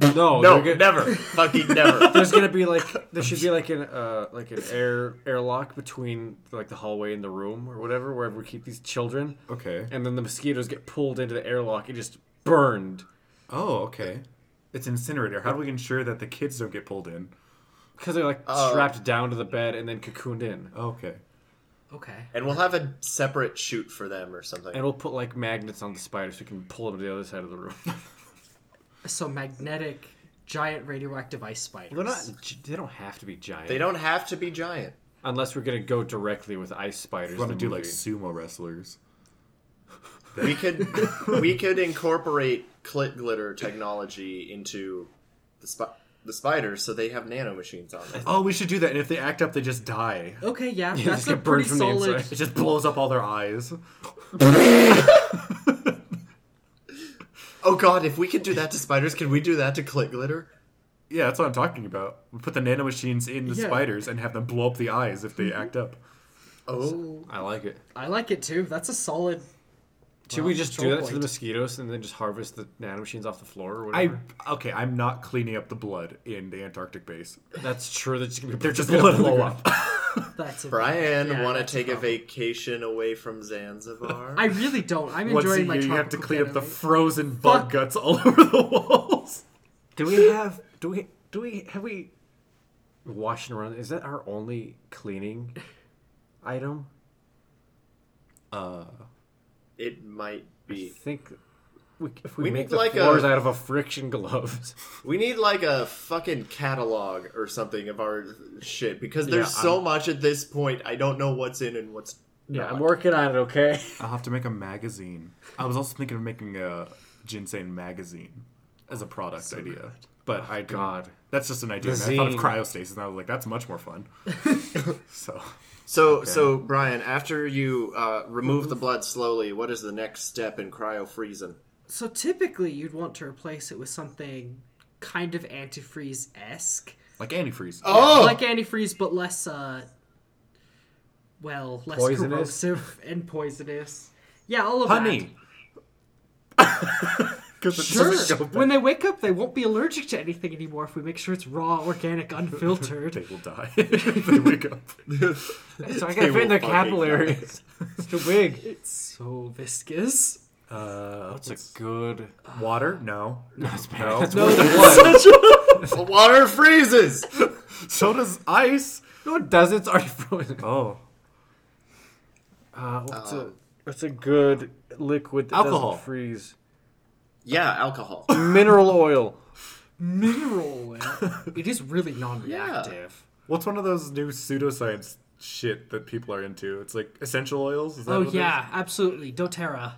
S1: No,
S3: No,
S1: they're go-
S3: never. fucking never.
S1: There's gonna be like there should be like an uh like an air airlock between like the hallway and the room or whatever wherever we keep these children.
S2: Okay.
S1: And then the mosquitoes get pulled into the airlock and just burned
S2: Oh, okay. It's incinerator. How do we ensure that the kids don't get pulled in?
S1: because they're like
S3: Uh.
S1: strapped down to the bed and then cocooned in.
S2: Okay.
S4: to- okay.
S3: And we'll have a separate shoot for them or something.
S1: And we'll put like magnets on the spiders so we can pull them to the other side of the room.
S4: So magnetic giant radioactive ice spiders.
S1: they're not. They don't have to be giant.
S3: they don't have to be giant.
S1: Unless we're gonna go directly with ice spiders.
S2: We want
S1: the
S2: to do like
S1: movie.
S2: sumo wrestlers.
S3: We could we could incorporate clit glitter technology into the spi- the spiders so they have nanomachines on them.
S2: Oh, we should do that. And if they act up, they just die.
S4: Okay, yeah,
S1: they
S4: that's
S1: just
S4: a
S1: get burned
S4: pretty
S1: from the
S4: solid.
S2: It just blows up all their eyes.
S3: Oh god, if we could do that to spiders, can we do that to clit glitter?
S2: Yeah, that's what I'm talking about. We put the nanomachines in the
S4: Yeah. Mm-hmm.
S2: spiders and have them blow up the eyes if they act up.
S3: Oh,
S1: I like it.
S4: I like it too. That's a solid.
S1: Should we just do
S4: control
S1: that to the
S4: point.
S1: mosquitoes and then just harvest the nanomachines off the floor or
S2: I
S1: whatever?
S2: okay. I'm not cleaning up the blood in the Antarctic base.
S1: That's true. They're just gonna be
S2: They're just
S1: gonna
S2: gonna blow up.
S4: That's a,
S3: Brian,
S4: yeah,
S3: want to
S4: that's
S3: take a
S4: problem.
S3: vacation away from Zanzibar?
S4: I really don't. I'm
S2: Once a
S4: enjoying my
S2: year, you have to
S4: tropical
S2: clean up the
S4: getaway.
S2: frozen bug
S4: Fuck.
S2: guts all over the walls.
S1: Do we have? Do we? Do we? Have we? Washing around is that our only cleaning item?
S3: it might
S1: I
S3: be.
S1: think we, if we,
S3: We
S1: make
S3: need
S1: the
S3: like
S1: floors
S3: a-
S1: out of a friction gloves.
S3: We need like a fucking catalog or something of our shit because there's
S1: Yeah,
S3: so much at this point. I don't know what's in and what's
S1: Yeah,
S3: not.
S1: I'm working on it. Okay.
S2: I'll have to make a magazine. I was also thinking of making a ginseng magazine as a product idea. But I didn't-
S1: God.
S2: that's just an idea. and I thought of
S1: zine.
S2: cryostasis, and I was like, that's much more fun. so
S3: So, so Brian, after you uh, remove the blood slowly, what is the next step in cryo freezing?
S4: So typically, you'd want to replace it with something kind of antifreeze esque,
S2: like antifreeze.
S3: Oh,
S4: like antifreeze, but less, uh, well, less
S1: Poisonous?
S4: corrosive and poisonous. Yeah, all of that.
S2: honey.
S4: Sure. When they wake up, they won't be allergic to anything anymore if we make sure it's raw, organic, unfiltered.
S2: they will die. they wake up.
S1: So I gotta
S3: will
S1: fit in their
S3: fucking
S1: capillaries. it's too big.
S4: it's so viscous.
S2: Uh,
S1: That's Oh, a good.
S2: water? No.
S1: That's bad. That's
S2: No.
S1: worse than one.
S3: the water freezes.
S2: So does ice.
S1: No, it does. It's already frozen.
S2: Oh,
S1: Uh, what's, a, what's a good liquid that
S2: Alcohol.
S1: doesn't freeze?
S3: Yeah, alcohol.
S1: Mineral oil.
S4: Mineral. oil. it is really non-reactive.
S2: what's one of those new pseudoscience shit that people are into? It's like essential oils. Is that
S4: Oh
S2: what it
S4: yeah, absolutely. DoTerra.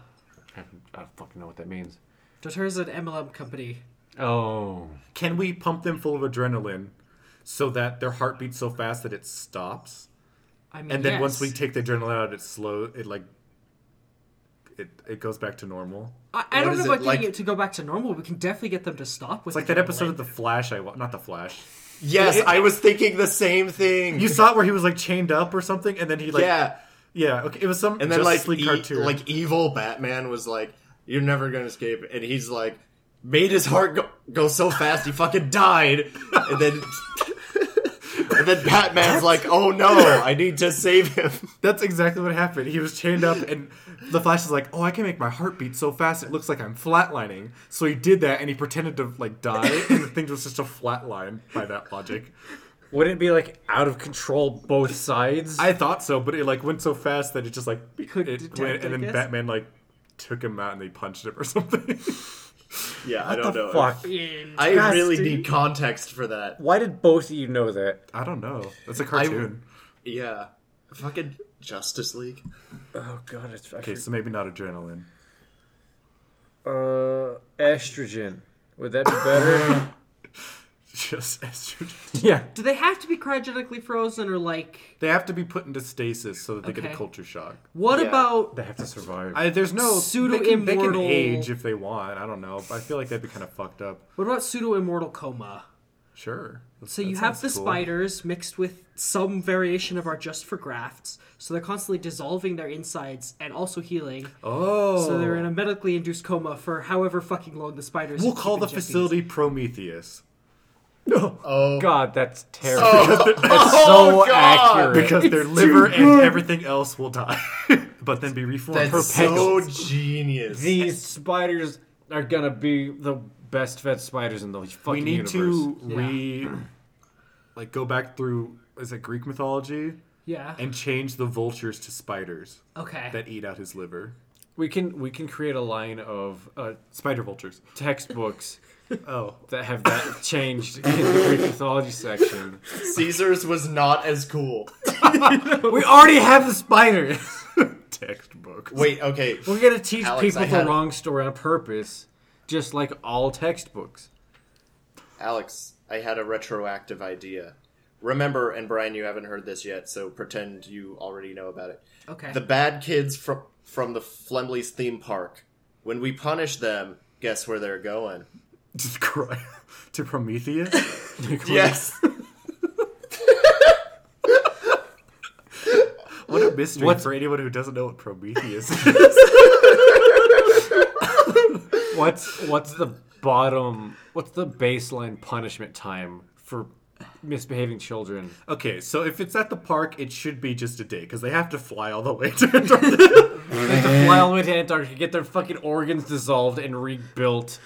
S1: I don't, I don't fucking know what that means.
S4: DoTerra's an MLM company.
S1: Oh.
S2: is? Can we pump them full of adrenaline so that their heart beats so fast that it stops?
S4: I mean,
S2: And then
S4: yes.
S2: once we take the adrenaline out, it's slow. It like it it goes back to normal.
S4: I, I
S3: What
S4: don't
S3: is
S4: know
S3: it,
S4: about getting
S3: like-
S4: it to go back to normal. We can definitely get them to stop with.
S2: It's like that episode of The Flash. I wa- not The Flash.
S3: Yes, I was thinking the same thing.
S2: You saw it where he was like chained up or something, and then he like
S3: yeah,
S2: yeah okay it was some
S3: and then
S2: Justice
S3: like
S2: League
S3: e-
S2: cartoon
S3: like evil Batman was like, "You're never gonna escape," and he's like, made his heart go, go so fast he fucking died, and then. And then Batman's like, "Oh no, I need to save him."
S2: That's exactly what happened. He was chained up, and the Flash is like, "Oh, I can make my heart beat so fast it looks like I'm flatlining." So he did that, and he pretended to like die, and the thing was just a flatline by that logic.
S1: Would it be like out of control both sides?
S2: I thought so, but it like went so fast that it just like
S4: Couldn't
S2: it
S4: detect,
S2: went,
S4: I
S2: and then
S4: guess.
S2: Batman like took him out and they punched him or something.
S3: Yeah, I don't know.
S1: Fuck.
S4: In-
S3: I really
S1: Disgusting.
S3: need context for that.
S1: Why did both of you know that?
S2: I don't know. That's a cartoon.
S3: Yeah, fucking Justice League.
S1: Oh god, it's
S2: Okay,
S1: fucking
S2: so maybe not adrenaline.
S1: uh estrogen. Would that be better?
S2: Just estrogen.
S1: yeah.
S4: Do they have to be cryogenically frozen or like?
S2: They have to be put into stasis so that they get
S4: Okay.
S2: a culture shock.
S4: What
S3: Yeah.
S4: about
S1: They have to survive.
S2: I, there's no they can, they can
S4: Pseudo-immortal-
S2: age if they want. I don't know. I feel like that'd be kind of fucked up.
S4: what about pseudo immortal coma?
S2: Sure.
S4: So you have the spiders mixed with some variation of our just for grafts, so they're constantly dissolving their insides and also healing.
S2: Oh.
S4: So they're in a medically induced coma for however fucking long the spiders.
S2: We'll
S4: keep
S2: call the
S4: injecting us.
S2: facility Prometheus. No.
S1: god, that's terrible. That's so
S3: Oh, God.
S1: accurate.
S2: because their liver and everything else will die, but then be reformed.
S3: That's so genius.
S1: these spiders are gonna be the best fed spiders in the fucking
S2: we
S1: universe.
S2: need to re, like, go back through is it Greek mythology
S4: Yeah.
S2: and change the vultures to spiders
S4: okay.
S2: that eat out his liver.
S1: We can we can create a line of uh,
S2: Spider vultures.
S1: textbooks
S2: Oh,
S1: that have that changed in the Greek mythology section.
S3: Caesar's was not as cool.
S1: We already have the spiders.
S2: textbook.
S3: Wait, okay.
S1: We're gonna teach
S3: Alex,
S1: people
S3: I
S1: the
S3: had-
S1: wrong story on purpose, just like all textbooks.
S3: Alex, I had a retroactive idea. Remember, and Brian, you haven't heard this yet, so pretend you already know about it.
S4: okay.
S3: The bad kids from from the Flemleys theme park. When we punish them, guess where they're going?
S2: Just cry to Prometheus.
S3: Yes.
S2: What a mystery
S1: What's-
S2: for anyone who doesn't know what Prometheus is.
S1: What's what's the bottom? What's the baseline punishment time for misbehaving children?
S2: Okay, so if it's at the park, it should be just a day because they have to fly all the way to Antarctica.
S1: Fly all the way to Antarctica, get their fucking organs dissolved and rebuilt.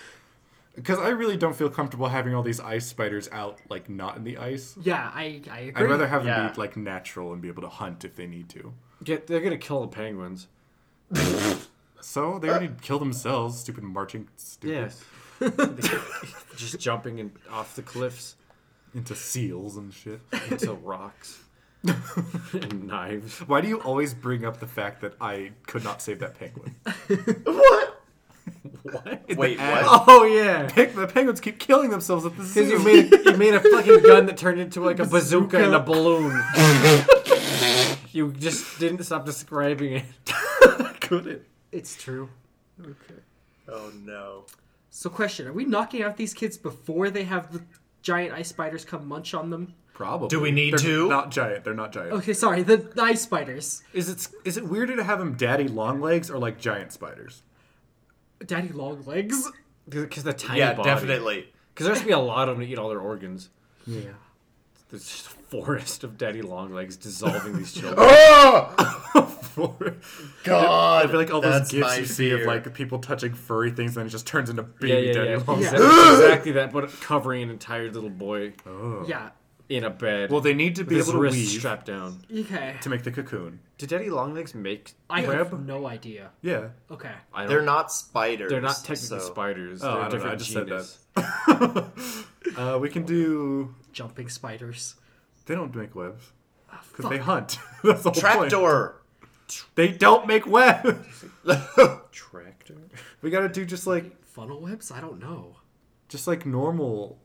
S2: Because I really don't feel comfortable having all these ice spiders out, like not in the ice.
S4: yeah, I I agree.
S2: I'd rather have them
S3: Yeah.
S2: be like natural and be able to hunt if they need to.
S1: Get they're gonna kill the penguins.
S2: So they already kill themselves. Stupid marching, stupid
S1: Yes. Just jumping in, off the cliffs
S2: into seals and shit.
S1: into rocks and knives.
S2: Why do you always bring up the fact that I could not save that penguin?
S3: what?
S1: What?
S3: Wait,
S2: ad-
S3: what?
S1: Oh yeah.
S2: Peng- the penguins keep killing themselves at the
S1: Because you
S2: zoo.
S1: made you made a fucking gun that turned into like a bazooka and a balloon. you just didn't stop describing it.
S2: couldn't.
S4: It's true.
S3: Oh no.
S4: So, question: Are we knocking out these kids before they have the giant ice spiders come munch on them?
S2: Probably.
S3: Do we need
S2: They're
S3: to?
S2: Not giant. They're not giant.
S4: Okay, sorry, the, the ice spiders.
S2: Is it is it weirder to have them daddy long legs or like giant spiders?
S4: Daddy long legs.
S1: Because the tiny
S3: Yeah,
S1: body.
S3: definitely.
S1: Because there's gonna be a lot of them to eat all their organs.
S2: Yeah.
S1: There's just a forest of daddy long legs dissolving these children.
S3: Oh
S2: I
S3: God!
S2: feel like all those
S3: that's
S2: gifs
S3: my
S2: you see of
S3: fear.
S2: like people touching furry things, and it just turns into
S1: yeah,
S2: baby
S1: yeah, yeah.
S2: daddy long legs.
S1: Exactly, exactly that, but covering an entire little boy
S4: Yeah.
S1: in a bed.
S2: Well, they need to be
S1: his
S2: able to
S1: wrists
S2: weave
S1: strapped down.
S4: Okay.
S2: to make the cocoon.
S1: Did Daddy Longlegs make
S4: I have
S1: web?
S4: no idea.
S2: Yeah.
S4: Okay.
S1: I don't-
S3: They're not spiders.
S1: They're not technically
S3: so-
S1: spiders.
S2: Oh,
S1: They're
S2: I don't know, I
S1: different
S2: just said
S1: genus.
S2: Uh, we can do.
S4: Jumping spiders.
S2: They don't make webs
S1: Ah,
S2: because
S4: fuck.
S2: they hunt. That's the whole point.
S3: Trapdoor.
S2: They don't make webs.
S1: Tractor.
S2: We gotta do just like
S4: Funnel webs? I don't know.
S2: just like normal.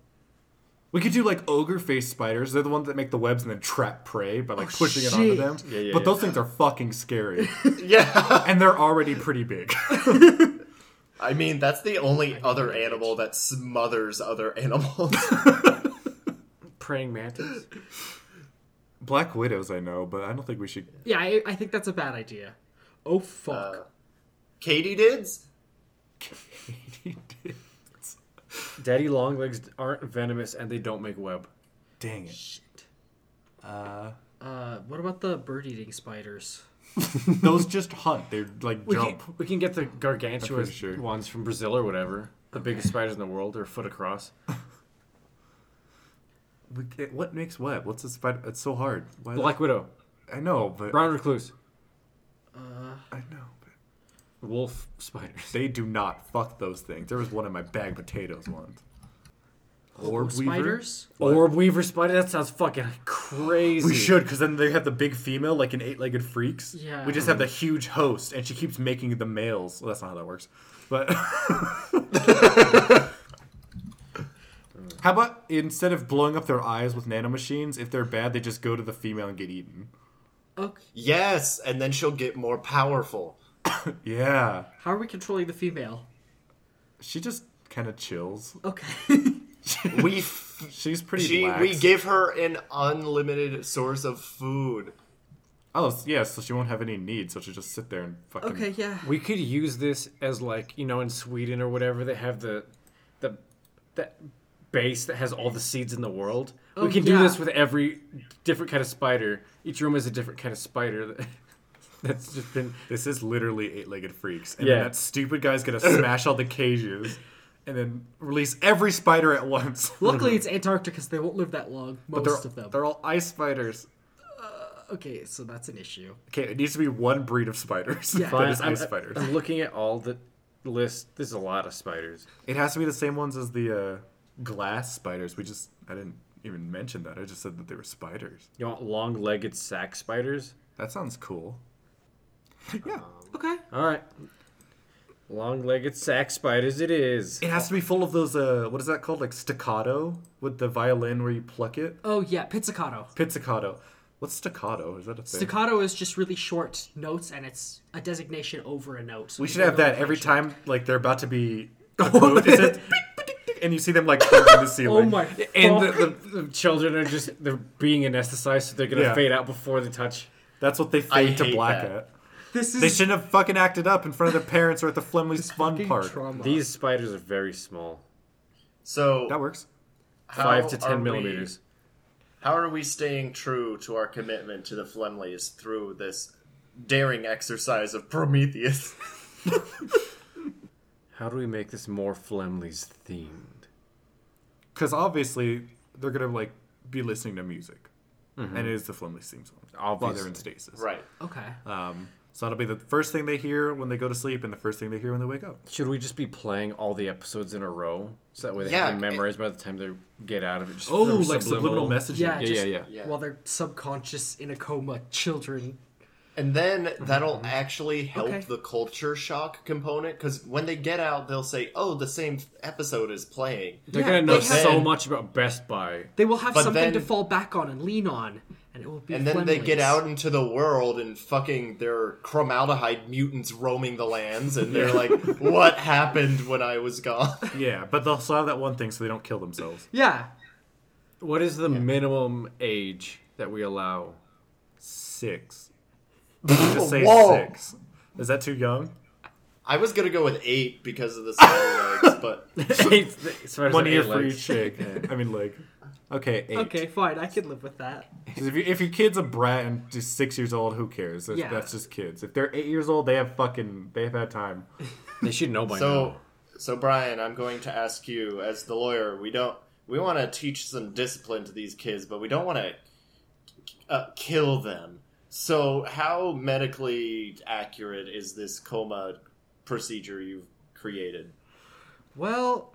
S2: We could do like ogre face spiders. They're the ones that make the webs and then trap prey by like pushing it onto
S4: shit.
S2: them.
S1: Oh, yeah,
S2: but
S1: yeah.
S2: those things are fucking scary,
S3: yeah.
S2: and they're already pretty big.
S3: I mean, that's the only other animal that smothers other animals.
S1: Praying mantis.
S2: Black widows, I know, but I don't think we should.
S4: Yeah, I, I think that's a bad idea. Oh fuck.
S3: Uh, Katie dids.
S1: Daddy Longlegs aren't venomous and they don't make web.
S2: Dang it!
S4: Shit. Uh. Uh. What about the bird-eating spiders?
S2: Those just hunt. They're like
S1: We can,
S2: jump.
S1: we can get the gargantuan
S2: I'm pretty sure.
S1: ones from Brazil or whatever. The biggest spiders in the world are a foot across.
S2: We can't- what makes web? What's a spider? It's so hard. Why
S1: Black Widow,
S2: I know, but
S1: brown recluse,
S2: I know. But
S1: wolf spiders.
S2: they do not fuck those things. There was one in my bag potatoes once. Orb
S4: Spiders?
S2: What?
S1: Orb weaver spider. That sounds fucking crazy.
S2: We should, because then they have the big female, like an eight-legged freaks.
S4: Yeah.
S2: We just have the huge host, and she keeps making the males. Well, that's not how that works. But how about instead of blowing up their eyes with nanomachines, if they're bad, they just go to the female and get eaten.
S4: Okay.
S3: Yes, and then she'll get more powerful.
S2: Yeah.
S4: How are we controlling the female?
S2: She just kind of chills.
S4: Okay.
S3: We f-
S2: She's pretty.
S3: she
S2: lax.
S3: we give her an unlimited source of food.
S2: Oh yeah, so she won't have any need, so she'll just sit there and fucking.
S4: okay. Yeah.
S1: We could use this as like you know in Sweden or whatever they have the the that base that has all the seeds in the world.
S4: Oh,
S1: we can do
S4: yeah.
S1: this with every different kind of spider. Each room has a different kind of spider that, that's just been
S2: This is literally eight-legged freaks, and
S1: Yeah.
S2: then that stupid guy's gonna smash all the cages, and then release every spider at once.
S4: Luckily, it's Antarctica, so they won't live that long. Most
S2: they're,
S4: of them.
S2: they're all ice spiders.
S4: Okay, so that's an issue.
S2: Okay, it needs to be one breed of spiders.
S4: Yeah. uh,
S2: that is
S1: I'm,
S2: ice spiders.
S1: I'm looking at all the list. There's a lot of spiders.
S2: It has to be the same ones as the uh, glass spiders. We just I didn't even mention that. I just said that they were spiders.
S1: You want long-legged sack spiders?
S2: That sounds cool. Yeah,
S4: Okay.
S1: All right. Long-legged sack spiders it is.
S2: it has to be full of those. Uh, what is that called? Like staccato with the violin where you pluck it.
S4: Oh yeah, pizzicato.
S2: Pizzicato. What's staccato? Is that a thing?
S4: Staccato is just really short notes, and it's a designation over a note.
S2: We should have that every time, like they're about to be. a quote, it says, and you see them like in the
S4: Oh
S2: ceiling.
S4: my.
S1: And
S4: fuck.
S1: the, the, the children are just they're being anesthetized, so they're gonna
S2: Yeah.
S1: fade out before they touch.
S2: That's what they
S3: I
S2: fade to
S3: hate
S2: black
S3: that.
S2: at.
S4: this
S2: They
S4: is
S2: shouldn't have fucking acted up in front of their parents or at the Flimley's fun
S4: fucking
S2: park.
S4: trauma.
S1: These spiders are very small,
S3: So
S2: That works.
S3: how
S1: five to
S3: are
S1: ten
S3: we-
S1: millimeters.
S3: how are we staying true to our commitment to the Flemleys through this daring exercise of Prometheus?
S1: How do we make this more Flemleys themed?
S2: Because obviously they're gonna like be listening to music, and it is the Flimley's theme song. While they're
S1: Obviously.
S2: in stasis.
S3: Mm-hmm. right.
S4: okay.
S2: Um, so that'll be the first thing they hear when they go to sleep, and the first thing they hear when they wake up.
S1: Should we just be playing all the episodes in a row, so that way they have
S3: Yeah,
S1: them memorized by the time they get out of it? Just
S2: Oh,
S1: throw
S2: like subliminal, messaging.
S4: Yeah.
S1: Yeah,
S4: just
S1: yeah, yeah.
S3: Yeah.
S4: While they're subconscious in a coma, children.
S3: Yeah.
S4: Yeah.
S3: And then that'll actually help
S4: Okay.
S3: the culture shock component because when they get out, they'll say, "Oh, the same episode is playing."
S1: They're
S4: Yeah,
S1: gonna know
S3: but
S1: so
S3: then-
S1: much about Best Buy.
S4: They will have
S3: But
S4: something to
S3: then-
S4: fall back on and lean on, and it will be.
S3: And then they get
S4: Flemlings.
S3: out into the world and fucking they're chromaldehyde mutants roaming the lands, and they're like, "What happened when I was gone?"
S2: Yeah, but they'll still have that one thing so they don't kill themselves.
S4: Yeah,
S1: What is the minimum age that we allow?
S2: Six. Just say
S3: Whoa.
S2: six. Is that too young?
S3: I was gonna go with eight because of the spider legs, but
S1: Eight- so there's
S2: One
S1: eight
S2: ear for
S1: legs.
S2: each shake. I mean, like, okay, eight.
S4: okay, fine, I could live with that.
S2: 'Cause if, you, if your kid's a brat and just six years old, who cares? That's,
S4: Yeah.
S2: that's just kids. If they're eight years old, they have fucking they've had time.
S1: They should know by
S3: so
S1: now.
S3: so Brian, I'm going to ask you as the lawyer. We don't we want to teach some discipline to these kids, but we don't want to uh, kill them. So how medically accurate is this coma procedure you've created?
S4: Well,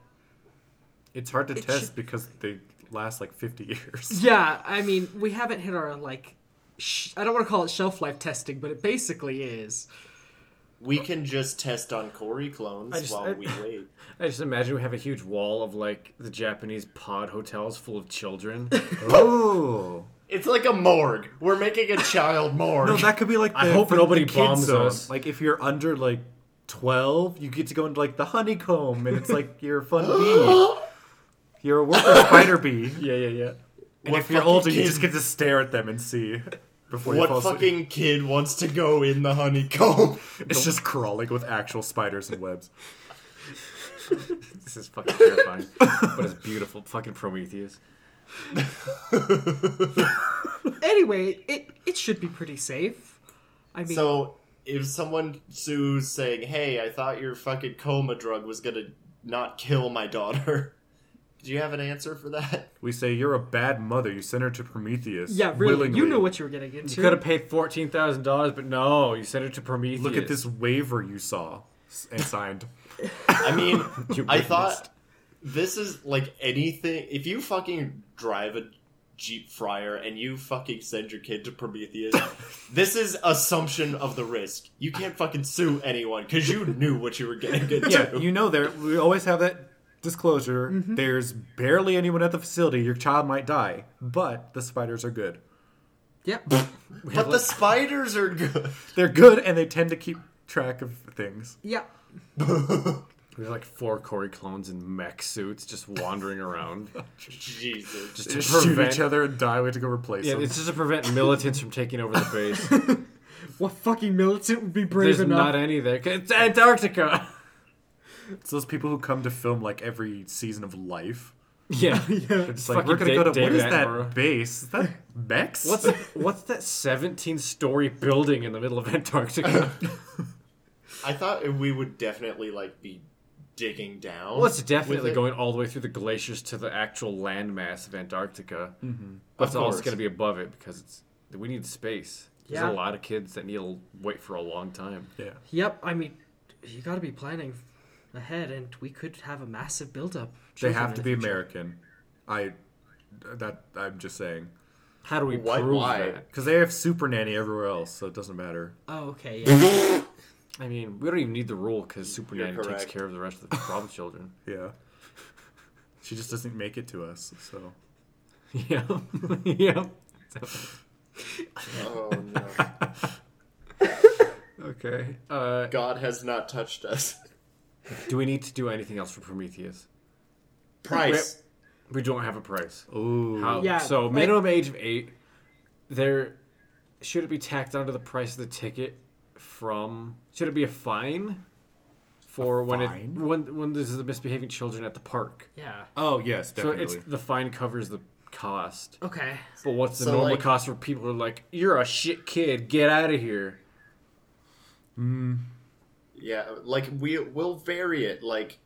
S2: It's hard to test
S4: should-
S2: because they last like fifty years.
S4: yeah, I mean, we haven't hit our like. Sh- I don't want to call it shelf life testing, but it basically is.
S3: We can just test on Corey clones
S1: just-
S3: while
S1: I-
S3: we wait.
S1: I just imagine we have a huge wall of like the Japanese pod hotels full of children.
S2: Oh,
S3: It's like a morgue. We're making a child morgue.
S2: no, that could be like. The,
S1: I hope
S2: for
S1: nobody
S2: the kids
S1: bombs
S2: zone.
S1: us.
S2: Like if you're under like twelve, you get to go into like the honeycomb, and it's like you're a fun bee. You're a worker spider bee.
S1: yeah, yeah, yeah.
S2: And
S3: What
S2: if you're
S3: fucking
S2: older, you
S3: kid-
S2: just get to stare at them and see before you fall
S3: what
S2: asleep.
S3: fucking kid wants to go in the honeycomb?
S2: It's just crawling with actual spiders and webs.
S1: This is fucking terrifying, but it's beautiful. Fucking Prometheus.
S4: Anyway, it it should be pretty safe. I mean,
S3: So if someone sues saying, "Hey, I thought your fucking coma drug was gonna not kill my daughter," do you have an answer for that?
S2: We say you're a bad mother. You sent her to Prometheus.
S4: yeah, really,
S2: willingly.
S4: you knew what you were getting into.
S1: You could have paid fourteen thousand dollars, but no, you sent it to Prometheus.
S2: Look at this waiver you saw s- and signed.
S3: I mean,
S1: You
S3: I
S1: witnessed.
S3: thought this is like anything. If you fucking drive a Jeep Fryer and you fucking send your kid to Prometheus, this is assumption of the risk. You can't fucking sue anyone because you knew what you were getting into.
S2: yeah, you know there. We always have that disclosure. There's barely anyone at the facility. Your child might die, but the spiders are good.
S4: Yep.
S3: but the spiders are good.
S2: They're good, and they tend to keep track of things.
S4: Yep.
S1: There's like four Corey clones in mech suits just wandering around.
S3: Jesus.
S1: Just
S2: They
S1: to
S2: shoot
S1: prevent
S2: each other and die. We have to go replace
S1: Yeah,
S2: them.
S1: it's just to prevent militants from taking over the base.
S4: What fucking militant would be brave
S1: There's
S4: enough?
S1: not any there. 'cause It's Antarctica.
S2: It's those people who come to film like every season of Life.
S1: Yeah, yeah.
S2: It's like we're gonna go to what is that base? Is that Mex?
S1: What's what's that 17-story building in the middle of Antarctica?
S3: I thought we would definitely like be digging down.
S1: well, it's definitely
S3: with it.
S1: going all the way through the glaciers to the actual landmass of Antarctica. Mm-hmm. But it's also
S3: course.
S1: going to be above it because it's we need space. There's
S4: Yeah.
S1: a lot of kids that need to wait for a long time.
S2: yeah.
S4: Yep. I mean, you got to be planning ahead, and we could have a massive buildup.
S2: They
S4: Children
S2: have to
S4: in
S2: be
S4: the future.
S2: American. I that I'm just saying
S1: How do we
S3: Why-
S1: prove
S3: why?
S1: that?
S2: because they have super nanny everywhere else, so it doesn't matter.
S4: Oh, okay. Yeah.
S1: I mean, we don't even need the rule because Super
S3: You're
S1: Nanny takes
S3: correct.
S1: care of the rest of the problem children.
S2: Yeah, she just doesn't make it to us. So
S1: yeah, yeah.
S3: Oh no.
S1: Okay. Uh,
S3: God has not touched us.
S1: do we need to do anything else for Prometheus?
S3: Price.
S1: We don't have a price.
S2: ooh,
S1: How,
S4: Yeah,
S1: Um, so
S4: like-
S1: minimum age of eight. There should it be tacked onto the price of the ticket from? Should it be a fine for when
S2: fine?
S1: it when when there's the misbehaving children at the park?
S4: yeah.
S2: oh yes, definitely.
S1: So it's the fine covers the cost.
S4: Okay.
S1: But what's the
S3: So,
S1: normal
S3: like-
S1: cost for people who are like, "You're a shit kid, get out of here."
S3: Yeah, like we will vary it. Like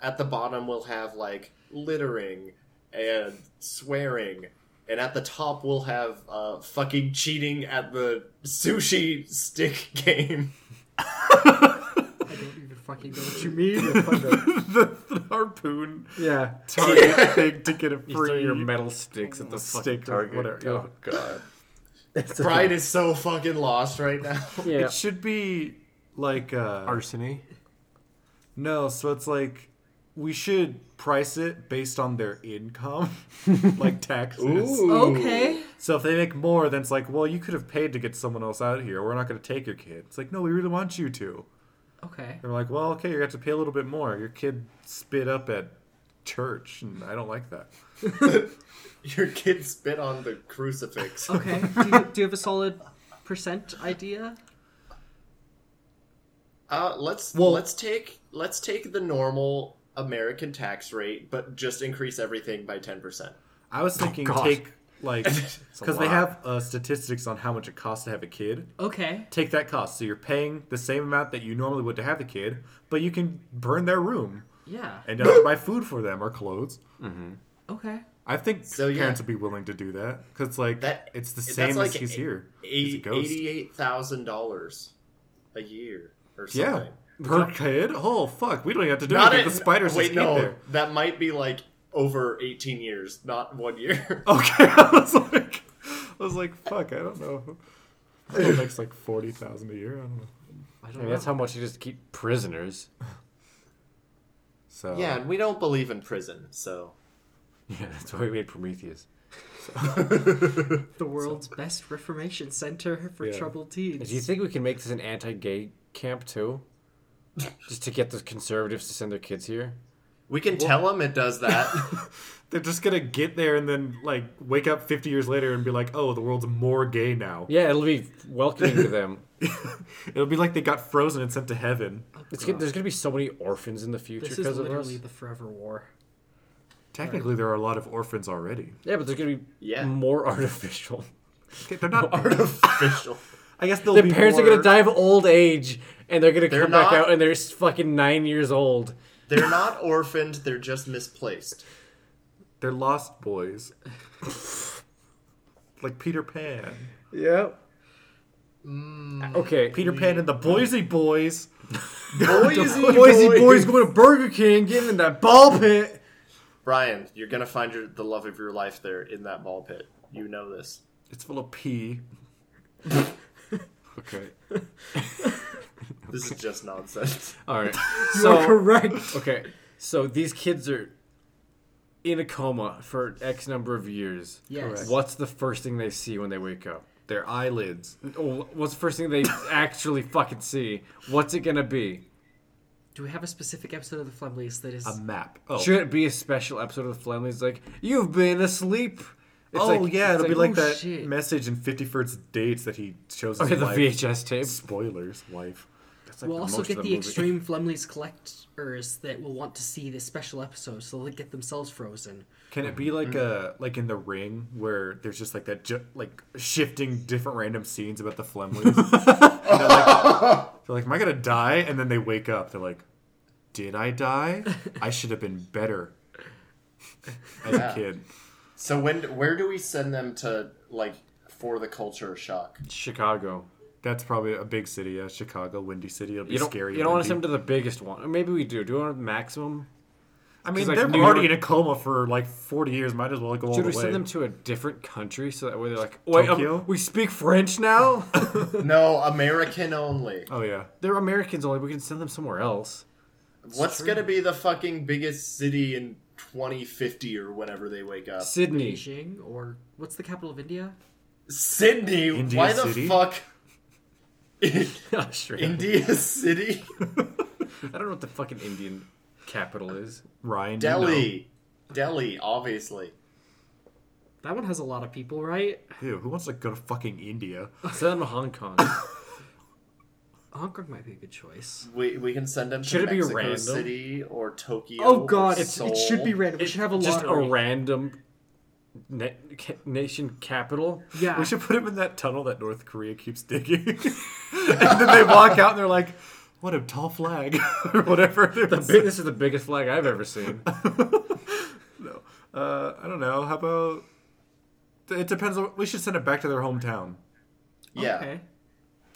S3: at the bottom we'll have like littering and swearing. And at the top we'll have uh fucking cheating at the sushi stick game.
S4: I don't even fucking know what you mean.
S2: the, the harpoon
S1: Yeah,
S2: target thing to get a
S1: you throw
S2: free
S1: your metal sticks at the fucking
S2: stick or
S1: target.
S2: whatever. Oh god,
S3: Brian is so fucking lost right now.
S1: Yeah.
S2: It should be like uh
S1: Arsony.
S2: no, so it's like we should price it based on their income, like taxes.
S4: Okay.
S2: So if they make more, then it's like, well, you could have paid to get someone else out here. We're not going to take your kid. It's like, no, we really want you to.
S4: Okay.
S2: They're like, well, okay, you have to pay a little bit more. Your kid spit up at church, and I don't like that.
S3: Your kid spit on the crucifix.
S4: Okay. do, you, do you have a solid percent idea?
S3: Uh, let's
S2: Well-
S3: let's take let's take the normal American tax rate, but just increase everything by ten percent.
S2: I was thinking
S1: Oh, God.
S2: take like because they
S1: lot.
S2: have uh, statistics on how much it costs to have a kid.
S4: Okay.
S2: Take that cost, so you're paying the same amount that you normally would to have the kid, but you can burn their room
S4: Yeah.
S2: and don't have to buy food for them or clothes.
S4: Okay.
S2: I think
S3: So, yeah.
S2: parents would be willing to do that because it's like
S3: That
S2: it's the
S3: that's
S2: same
S3: like
S2: as he's
S3: a-
S2: here. He's a
S3: Eight-
S2: ghost.
S3: Eighty-eight thousand dollars a year or
S2: Yeah,
S3: something.
S2: per kid. Oh fuck, we don't even have to do
S3: Not
S2: anything.
S3: it-
S2: the spiders
S3: Wait,
S2: just
S3: no,
S2: eat there.
S3: that might be like over eighteen years, not one year.
S2: Okay, I was like, I was like, fuck, I don't know. It makes like forty thousand a year. I don't know.
S4: I don't
S1: I mean,
S4: know.
S1: that's how much you just keep prisoners.
S2: So
S3: yeah, and we don't believe in prison, so
S1: Yeah, that's why we made Prometheus.
S4: the world's best reformation center for
S2: Yeah.
S4: troubled
S1: Do you
S4: teens.
S1: think we can make this an anti-gay camp too? Just to get the conservatives to send their kids here?
S3: we can tell him it does that.
S2: they're just gonna get there and then like wake up fifty years later and be like, oh, the world's more gay now.
S1: Yeah, it'll be welcoming to them.
S2: It'll be like they got frozen and sent to heaven.
S3: Oh,
S1: It's gonna, there's gonna be so many orphans in the future
S4: This is
S1: because of us.
S4: literally the Forever War.
S2: Technically, there are a lot of orphans already.
S1: Yeah, but there's gonna be
S3: Yeah.
S1: more artificial.
S2: Okay, they're not.
S3: Artificial.
S2: I guess they'll
S1: Their
S2: be
S1: parents
S2: more-
S1: are gonna die of old age, and they're gonna
S3: They're
S1: come back
S3: not-
S1: out, and they're s- fucking nine years old.
S3: They're not orphaned; they're just misplaced.
S2: They're lost boys, like Peter Pan.
S1: Yep.
S4: Mm.
S1: Okay.
S2: Peter Pan and the Boise Boys.
S3: Boise,
S1: Boise boys going to Burger King, getting in that ball pit.
S3: Brian, you're gonna find your, the love of your life there in that ball pit. You know this.
S2: It's full of pee. okay.
S3: This is just nonsense.
S1: All right.
S4: You're
S1: So
S4: correct.
S1: okay. So these kids are in a coma for X number of years.
S4: Yes.
S1: What's the first thing they see when they wake up?
S2: Their eyelids.
S1: Oh, What's the first thing they actually fucking see? What's it gonna be?
S4: Do we have a specific episode of the Flemleys that is?
S2: A map. Oh.
S1: Should it be a special episode of the Flemleys? Like you've been asleep. It's
S2: oh
S1: like-
S2: yeah,
S1: it's
S2: it'll be like
S4: oh,
S2: that
S4: shit.
S2: message in Fifty First Dates that he chose his
S1: Okay, Oh, the
S2: wife.
S1: VHS tape.
S2: Spoilers, wife.
S1: That's like
S4: we'll also
S1: most
S4: get
S1: of
S4: the,
S1: movie.
S4: extreme Flemleys collectors that will want to see this special episode, so they'll get themselves frozen.
S2: Can it be
S1: Mm-hmm.
S2: like a like in the ring where there's just like that ju- like shifting different random scenes about the Flemleys? And they're, like, they're like, "Am I gonna die?" And then they wake up. They're like, "Did I die? I should have been better as a kid."
S3: So when where do we send them to like for the culture shock?
S1: Chicago.
S2: That's probably a big city, yeah. Chicago, Windy City. It'll be
S1: You don't,
S2: scary.
S1: you don't want to
S2: windy.
S1: send them to the biggest one. Or maybe we do. Do you want maximum?
S2: I mean,
S1: 'Cause, like,
S2: they're
S1: New
S2: already
S1: York-
S2: in a coma for like 40 years. Might as well go all
S1: Should
S2: the
S1: we
S2: way.
S1: send them to a different country so that way they're like, wait, um,
S2: Tokyo?
S1: we speak French now?
S3: No, American only.
S2: oh yeah,
S1: they're Americans only. We can send them somewhere else.
S3: What's gonna be the fucking biggest city in 2050 or whenever they wake up?
S1: Sydney.
S4: Beijing or what's the capital of India?
S3: Sydney.
S2: India
S3: why the
S2: City?
S3: fuck
S1: Australia.
S3: India City?
S1: I don't know what the fucking Indian capital is.
S2: Ryan. you know.
S3: Delhi. Delhi, obviously.
S4: That one has a lot of people, right?
S2: Ew, who wants to go to fucking India?
S1: Send them to Hong Kong.
S4: Hong Kong might be a good choice.
S3: We, we can send them
S1: Should
S3: to
S1: it be
S3: Mexico
S1: random?
S3: City or Tokyo.
S4: Oh
S3: or
S4: god, it's,
S3: Seoul.
S4: it should be random. We should have a
S1: Just a
S4: lottery.
S1: random na- ca- nation capital.
S4: yeah.
S2: We should put him in that tunnel that North Korea keeps digging. and then they walk out and they're like, what a tall flag. or whatever. it
S1: The
S2: is.
S1: big, this is the biggest flag I've ever seen.
S2: uh, I don't know. How about. It depends on. We should send it back to their hometown.
S3: Yeah.
S4: Okay.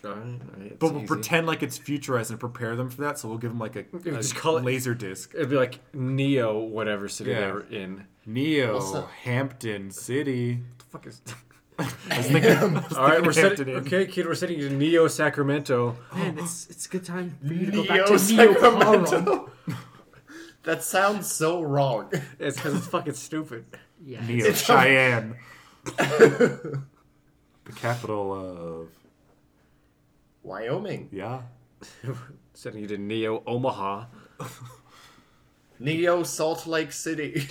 S1: All right, all right, it's
S2: But we'll
S1: easy.
S2: pretend like it's futurized and prepare them for that. So we'll give them like a, a
S1: just call it-
S2: laser disc.
S1: It'd be like Neo, whatever city
S2: Yeah.
S1: they were in.
S2: Neo,
S3: Also-
S2: Hampton City.
S1: What the fuck is.
S2: I was thinking, I
S3: Um,
S2: was
S1: All right,
S2: thinking
S1: we're sitting.
S2: Hampton Inn.
S1: Okay, kid, we're sitting in Neo Sacramento.
S4: Man, it's it's a good time for you to go back
S3: Neo
S4: to Oh. Neo Colorado.
S3: Sacramento. That sounds so wrong.
S1: It's because it's fucking stupid.
S4: Yeah,
S2: Neo Cheyenne, the capital of
S3: Wyoming.
S2: yeah.
S1: Sending you to Neo Omaha.
S3: Neo Salt Lake City.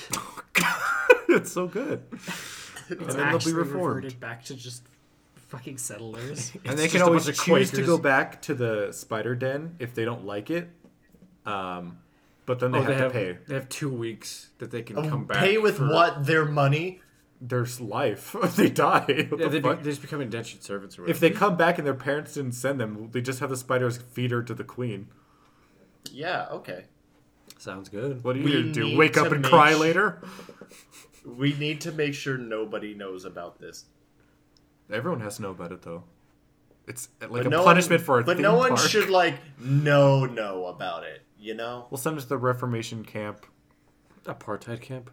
S2: it's so good.
S4: it's
S2: then they'll be
S4: actually
S2: reformed.
S4: reverted back to just fucking settlers.
S2: and they
S1: It's
S2: can
S1: just a
S2: always
S1: bunch
S2: choose
S1: of
S2: to
S1: Quakers.
S2: go back to the spider den if they don't like it. Um, but then they
S1: Oh,
S2: have
S1: they
S2: to
S1: have
S2: pay. Oh,
S1: they have two weeks that they can come back.
S3: Pay with
S1: for-
S3: what? Their money?
S2: There's life. they die. What
S1: Yeah,
S2: the
S1: they, be-
S2: fuck?
S1: they just become indentured servants. Or
S2: if
S1: whatever.
S2: they come back and their parents didn't send them, they just have the spiders feed her to the queen.
S3: Yeah, okay.
S1: sounds good.
S2: What are you
S3: We
S2: gonna do?
S3: need
S2: Wake
S3: to
S2: up and
S3: make
S2: cry
S3: sh-
S2: later?
S3: We need to make sure nobody knows about this.
S2: Everyone has to know about it though. It's uh, like a
S3: no
S2: punishment
S3: one,
S2: for a
S3: But
S2: theme
S3: no one
S2: park.
S3: should, like, know know about it, you know?
S2: We'll send her to the Reformation camp.
S1: Apartheid camp.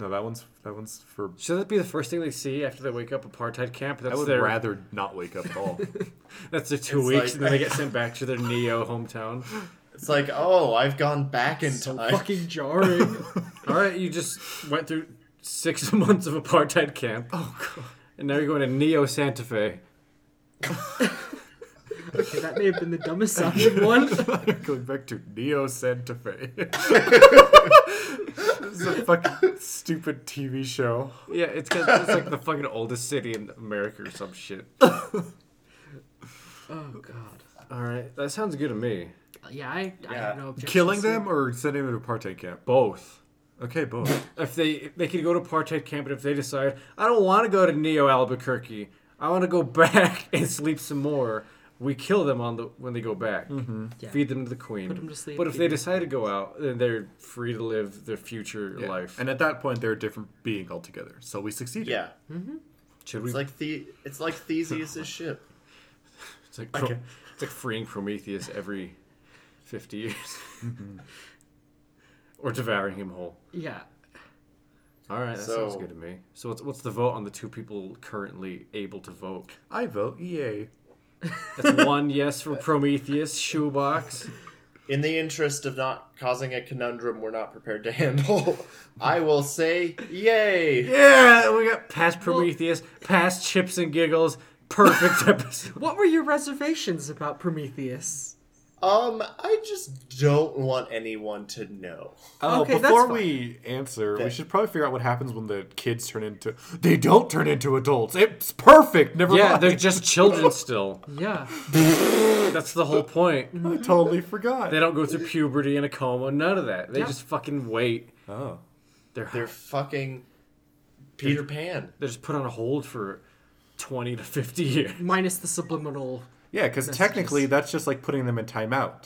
S2: No, that one's that one's for.
S1: Should that be the first thing they see after they wake up? Apartheid camp.
S2: I
S1: That's
S2: would
S1: their
S2: rather not wake up at all.
S1: that's their two
S3: It's
S1: weeks,
S3: like-
S1: and then they get sent back to their Neo hometown.
S3: It's like, oh, I've gone back in time.
S4: fucking jarring.
S1: All right, you just went through six months of apartheid camp. Oh god! And now you're going to Neo Santa Fe.
S4: Okay, that may have been the dumbest sounding one.
S2: Going back to Neo Santa Fe. this is a fucking stupid TV show.
S1: Yeah, it's 'cause it's like the fucking oldest city in America or some shit.
S4: Oh god.
S1: All right, that sounds good to me.
S4: Yeah, I, I
S3: Yeah.
S4: have no objection.
S2: Killing them or sending them to apartheid camp?
S1: Both.
S2: Okay, both.
S1: If they if they could go to apartheid camp, and if they decide I don't want to go to Neo Albuquerque, I want to go back and sleep some more. We kill them on the when they go back.
S2: Mm-hmm.
S4: Yeah.
S1: Feed them to the queen.
S4: Put 'em to sleep,
S1: but if
S4: feed
S1: they
S4: them-
S1: decide to go out, then they're free to live their future
S2: Yeah.
S1: life.
S2: And at that point, they're a different being altogether. So we succeeded.
S3: Yeah.
S4: Mm-hmm.
S1: should we
S3: It's like the it's like Theseus' ship.
S1: It's like Pro- it's like freeing Prometheus every fifty years,
S2: Mm-hmm.
S1: or devouring him whole.
S4: Yeah.
S1: All right, that sounds
S3: So-
S1: good to me. So what's what's the vote on the two people currently able to vote?
S2: I vote EA.
S1: That's one yes for Prometheus shoebox.
S3: In the interest of not causing a conundrum we're not prepared to handle, I will say yay.
S1: Yeah, we got past Prometheus, past chips and giggles. Perfect episode.
S4: What were your reservations about Prometheus?
S3: Um, I just don't want anyone to know.
S2: Oh,
S4: Okay, that's
S2: before
S4: fine.
S2: we answer, we
S3: Okay.
S2: should probably figure out what happens when the kids turn into. They don't turn into adults. It's perfect. Never
S1: Yeah,
S2: mind.
S1: they're just children still.
S4: Yeah.
S1: That's the whole point.
S2: I totally forgot.
S1: They don't go through puberty and a coma. None of that. They just fucking wait.
S2: Oh.
S1: They're
S3: They're fucking Peter Pan.
S1: they're just put on hold for twenty to fifty years.
S4: Minus the subliminal.
S2: Yeah, because technically, that's just like putting them in timeout.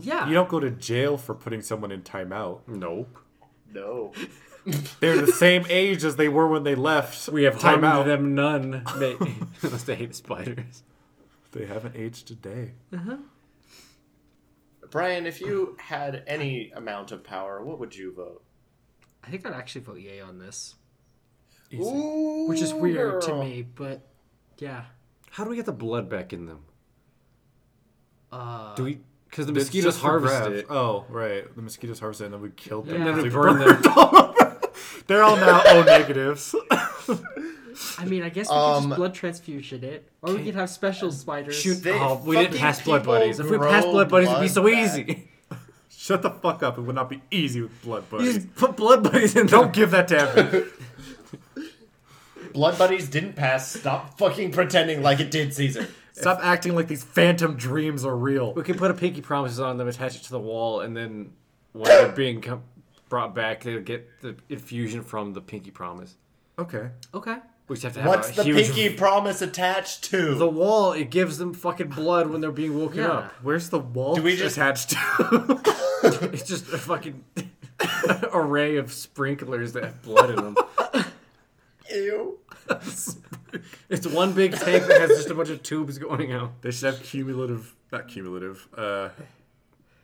S4: Yeah.
S2: You don't go to jail for putting someone in timeout.
S1: Nope.
S3: No.
S2: They're the same age as they were when they left.
S1: We have harmed
S2: timeout.
S1: them none, they, unless they hate spiders.
S2: They haven't aged a day.
S3: Brian, if you had any amount of power, what would you vote?
S4: I think I'd actually vote yay on this, which is weird to me, but yeah.
S1: How do we get the blood back in them?
S4: Uh,
S1: Do we? Because the
S2: It's
S1: mosquitoes
S2: just for
S1: harvest
S2: grabs.
S1: it,
S2: Oh, right. The mosquitoes harvest it, and then we killed them.
S1: and
S4: Yeah.
S1: then
S4: Yeah.
S1: we
S2: They
S1: burn
S2: burned
S1: them.
S2: They're all now O negatives.
S4: I mean, I guess we could
S3: Um,
S4: just blood transfusion it, or we could have special spiders.
S1: Shoot!
S3: They
S1: oh, we didn't
S3: fucking
S1: pass blood
S3: people
S1: buddies. If we
S3: grow
S1: passed blood buddies, it'd be
S3: blood
S1: so
S3: back.
S1: easy.
S2: Shut the fuck up. It would not be easy with blood
S1: You
S2: buddies.
S1: just put blood buddies in them.
S2: Don't give that to Evan.
S3: Blood Buddies didn't pass. Stop fucking pretending like it did, Caesar.
S2: Stop acting like these phantom dreams are real.
S1: We could put a pinky promises on them, attach it to the wall, and then when they're being com- brought back, they'll get the infusion from the pinky promise.
S2: Okay.
S4: Okay.
S1: We just have to have
S3: What's
S1: a
S3: the
S1: huge.
S3: pinky promise attached to?
S1: The wall it gives them fucking blood when they're being woken
S4: Yeah.
S1: up.
S2: Where's the wall
S3: we just-
S2: attached to?
S1: It's just a fucking array of sprinklers that have blood in them.
S3: Ew.
S1: It's one big tank that has just a bunch of tubes going out.
S2: they should have cumulative, not cumulative. Uh,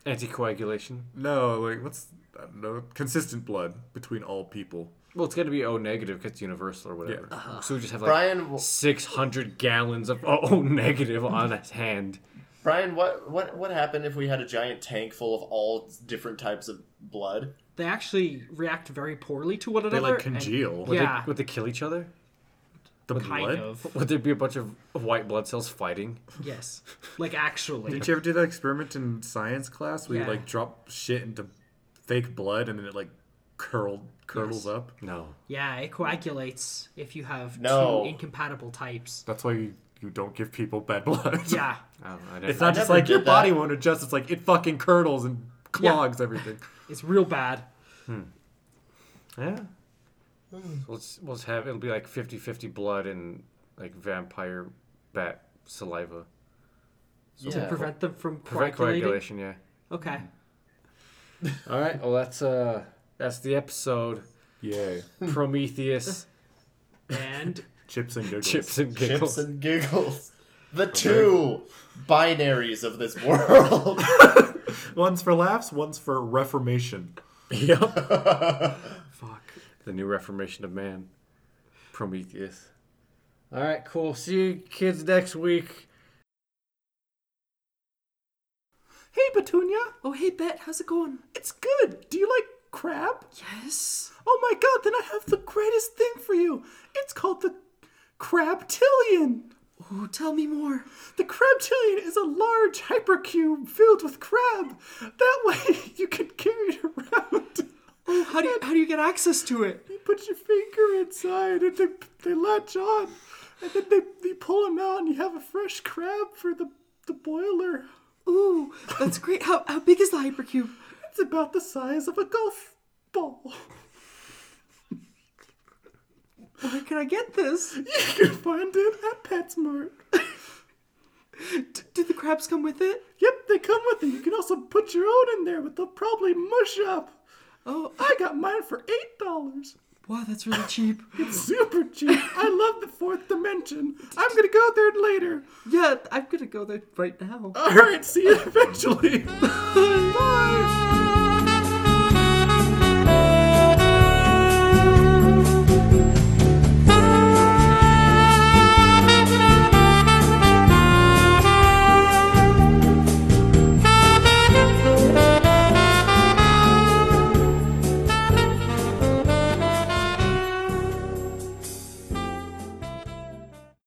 S1: Anticoagulation.
S2: no, like what's I don't know, consistent blood between all people.
S1: Well, it's going to be O negative because it's universal or whatever. So we just have like
S3: Brian, w-
S1: 600 gallons of O negative on his hand.
S3: Brian, what what what happened if we had a giant tank full of all different types of blood?
S4: They actually react very poorly to one
S2: They
S4: another.
S2: like
S4: and-
S2: congeal.
S1: Would,
S4: Yeah.
S1: they, would they kill each other?
S2: the
S4: kind
S2: blood.
S4: of.
S1: Would there be a bunch of white blood cells fighting?
S4: Yes. Like actually.
S2: Did you ever do that experiment in science class where
S4: Yeah.
S2: you like drop shit into fake blood and then it like curled curdles up?
S1: No.
S4: Yeah, it coagulates if you have
S3: No.
S4: two incompatible types.
S2: That's why you, you don't give people bad blood.
S4: Yeah.
S1: I don't know. I
S2: It's
S1: never-
S2: not just
S3: never
S2: like your
S3: did
S2: body
S3: that.
S2: won't adjust. It's like it fucking curdles and clogs everything.
S4: It's real bad.
S1: Yeah. So let's let's have it'll be like 50-50 blood and like vampire bat saliva.
S4: To prevent them from
S1: Prevent
S4: coagulating.
S1: coagulation, yeah.
S4: Okay.
S1: All right. Well, that's uh that's the episode
S2: Yay.
S1: Prometheus
S4: And
S2: Chips and giggles.
S1: chips and giggles.
S3: Chips and giggles. The two binaries of this world.
S2: One's for laughs, one's for reformation.
S1: yep.
S4: fuck.
S1: The new reformation of man. Prometheus. All right. Cool. See you kids next week.
S2: Hey, Petunia.
S4: Oh hey Bet, how's it going?
S2: It's good. Do you like crab?
S4: Yes.
S2: Oh my god, then I have the greatest thing for you. It's called the Crabtillion.
S4: Oh, tell me more.
S2: The Crabtillion is a large hypercube filled with crab. That way you can carry it around.
S4: Oh, how do you how do you get access to it?
S2: You put your finger inside and they, they latch on. And then they, they pull them out and you have a fresh crab for the, the boiler.
S4: Ooh, that's great. How how big is the hypercube?
S2: It's about the size of a golf ball.
S4: Where can I get this?
S2: You can find it at PetSmart.
S4: D- did the crabs come with it?
S2: Yep, they come with it. You can also put your own in there, but they'll probably mush up.
S4: Oh,
S2: I got mine for eight dollars.
S4: wow, that's really cheap.
S2: It's super cheap. I love the fourth dimension. I'm gonna go there later.
S4: yeah, I'm gonna go there right now.
S2: All right, see you eventually. Bye.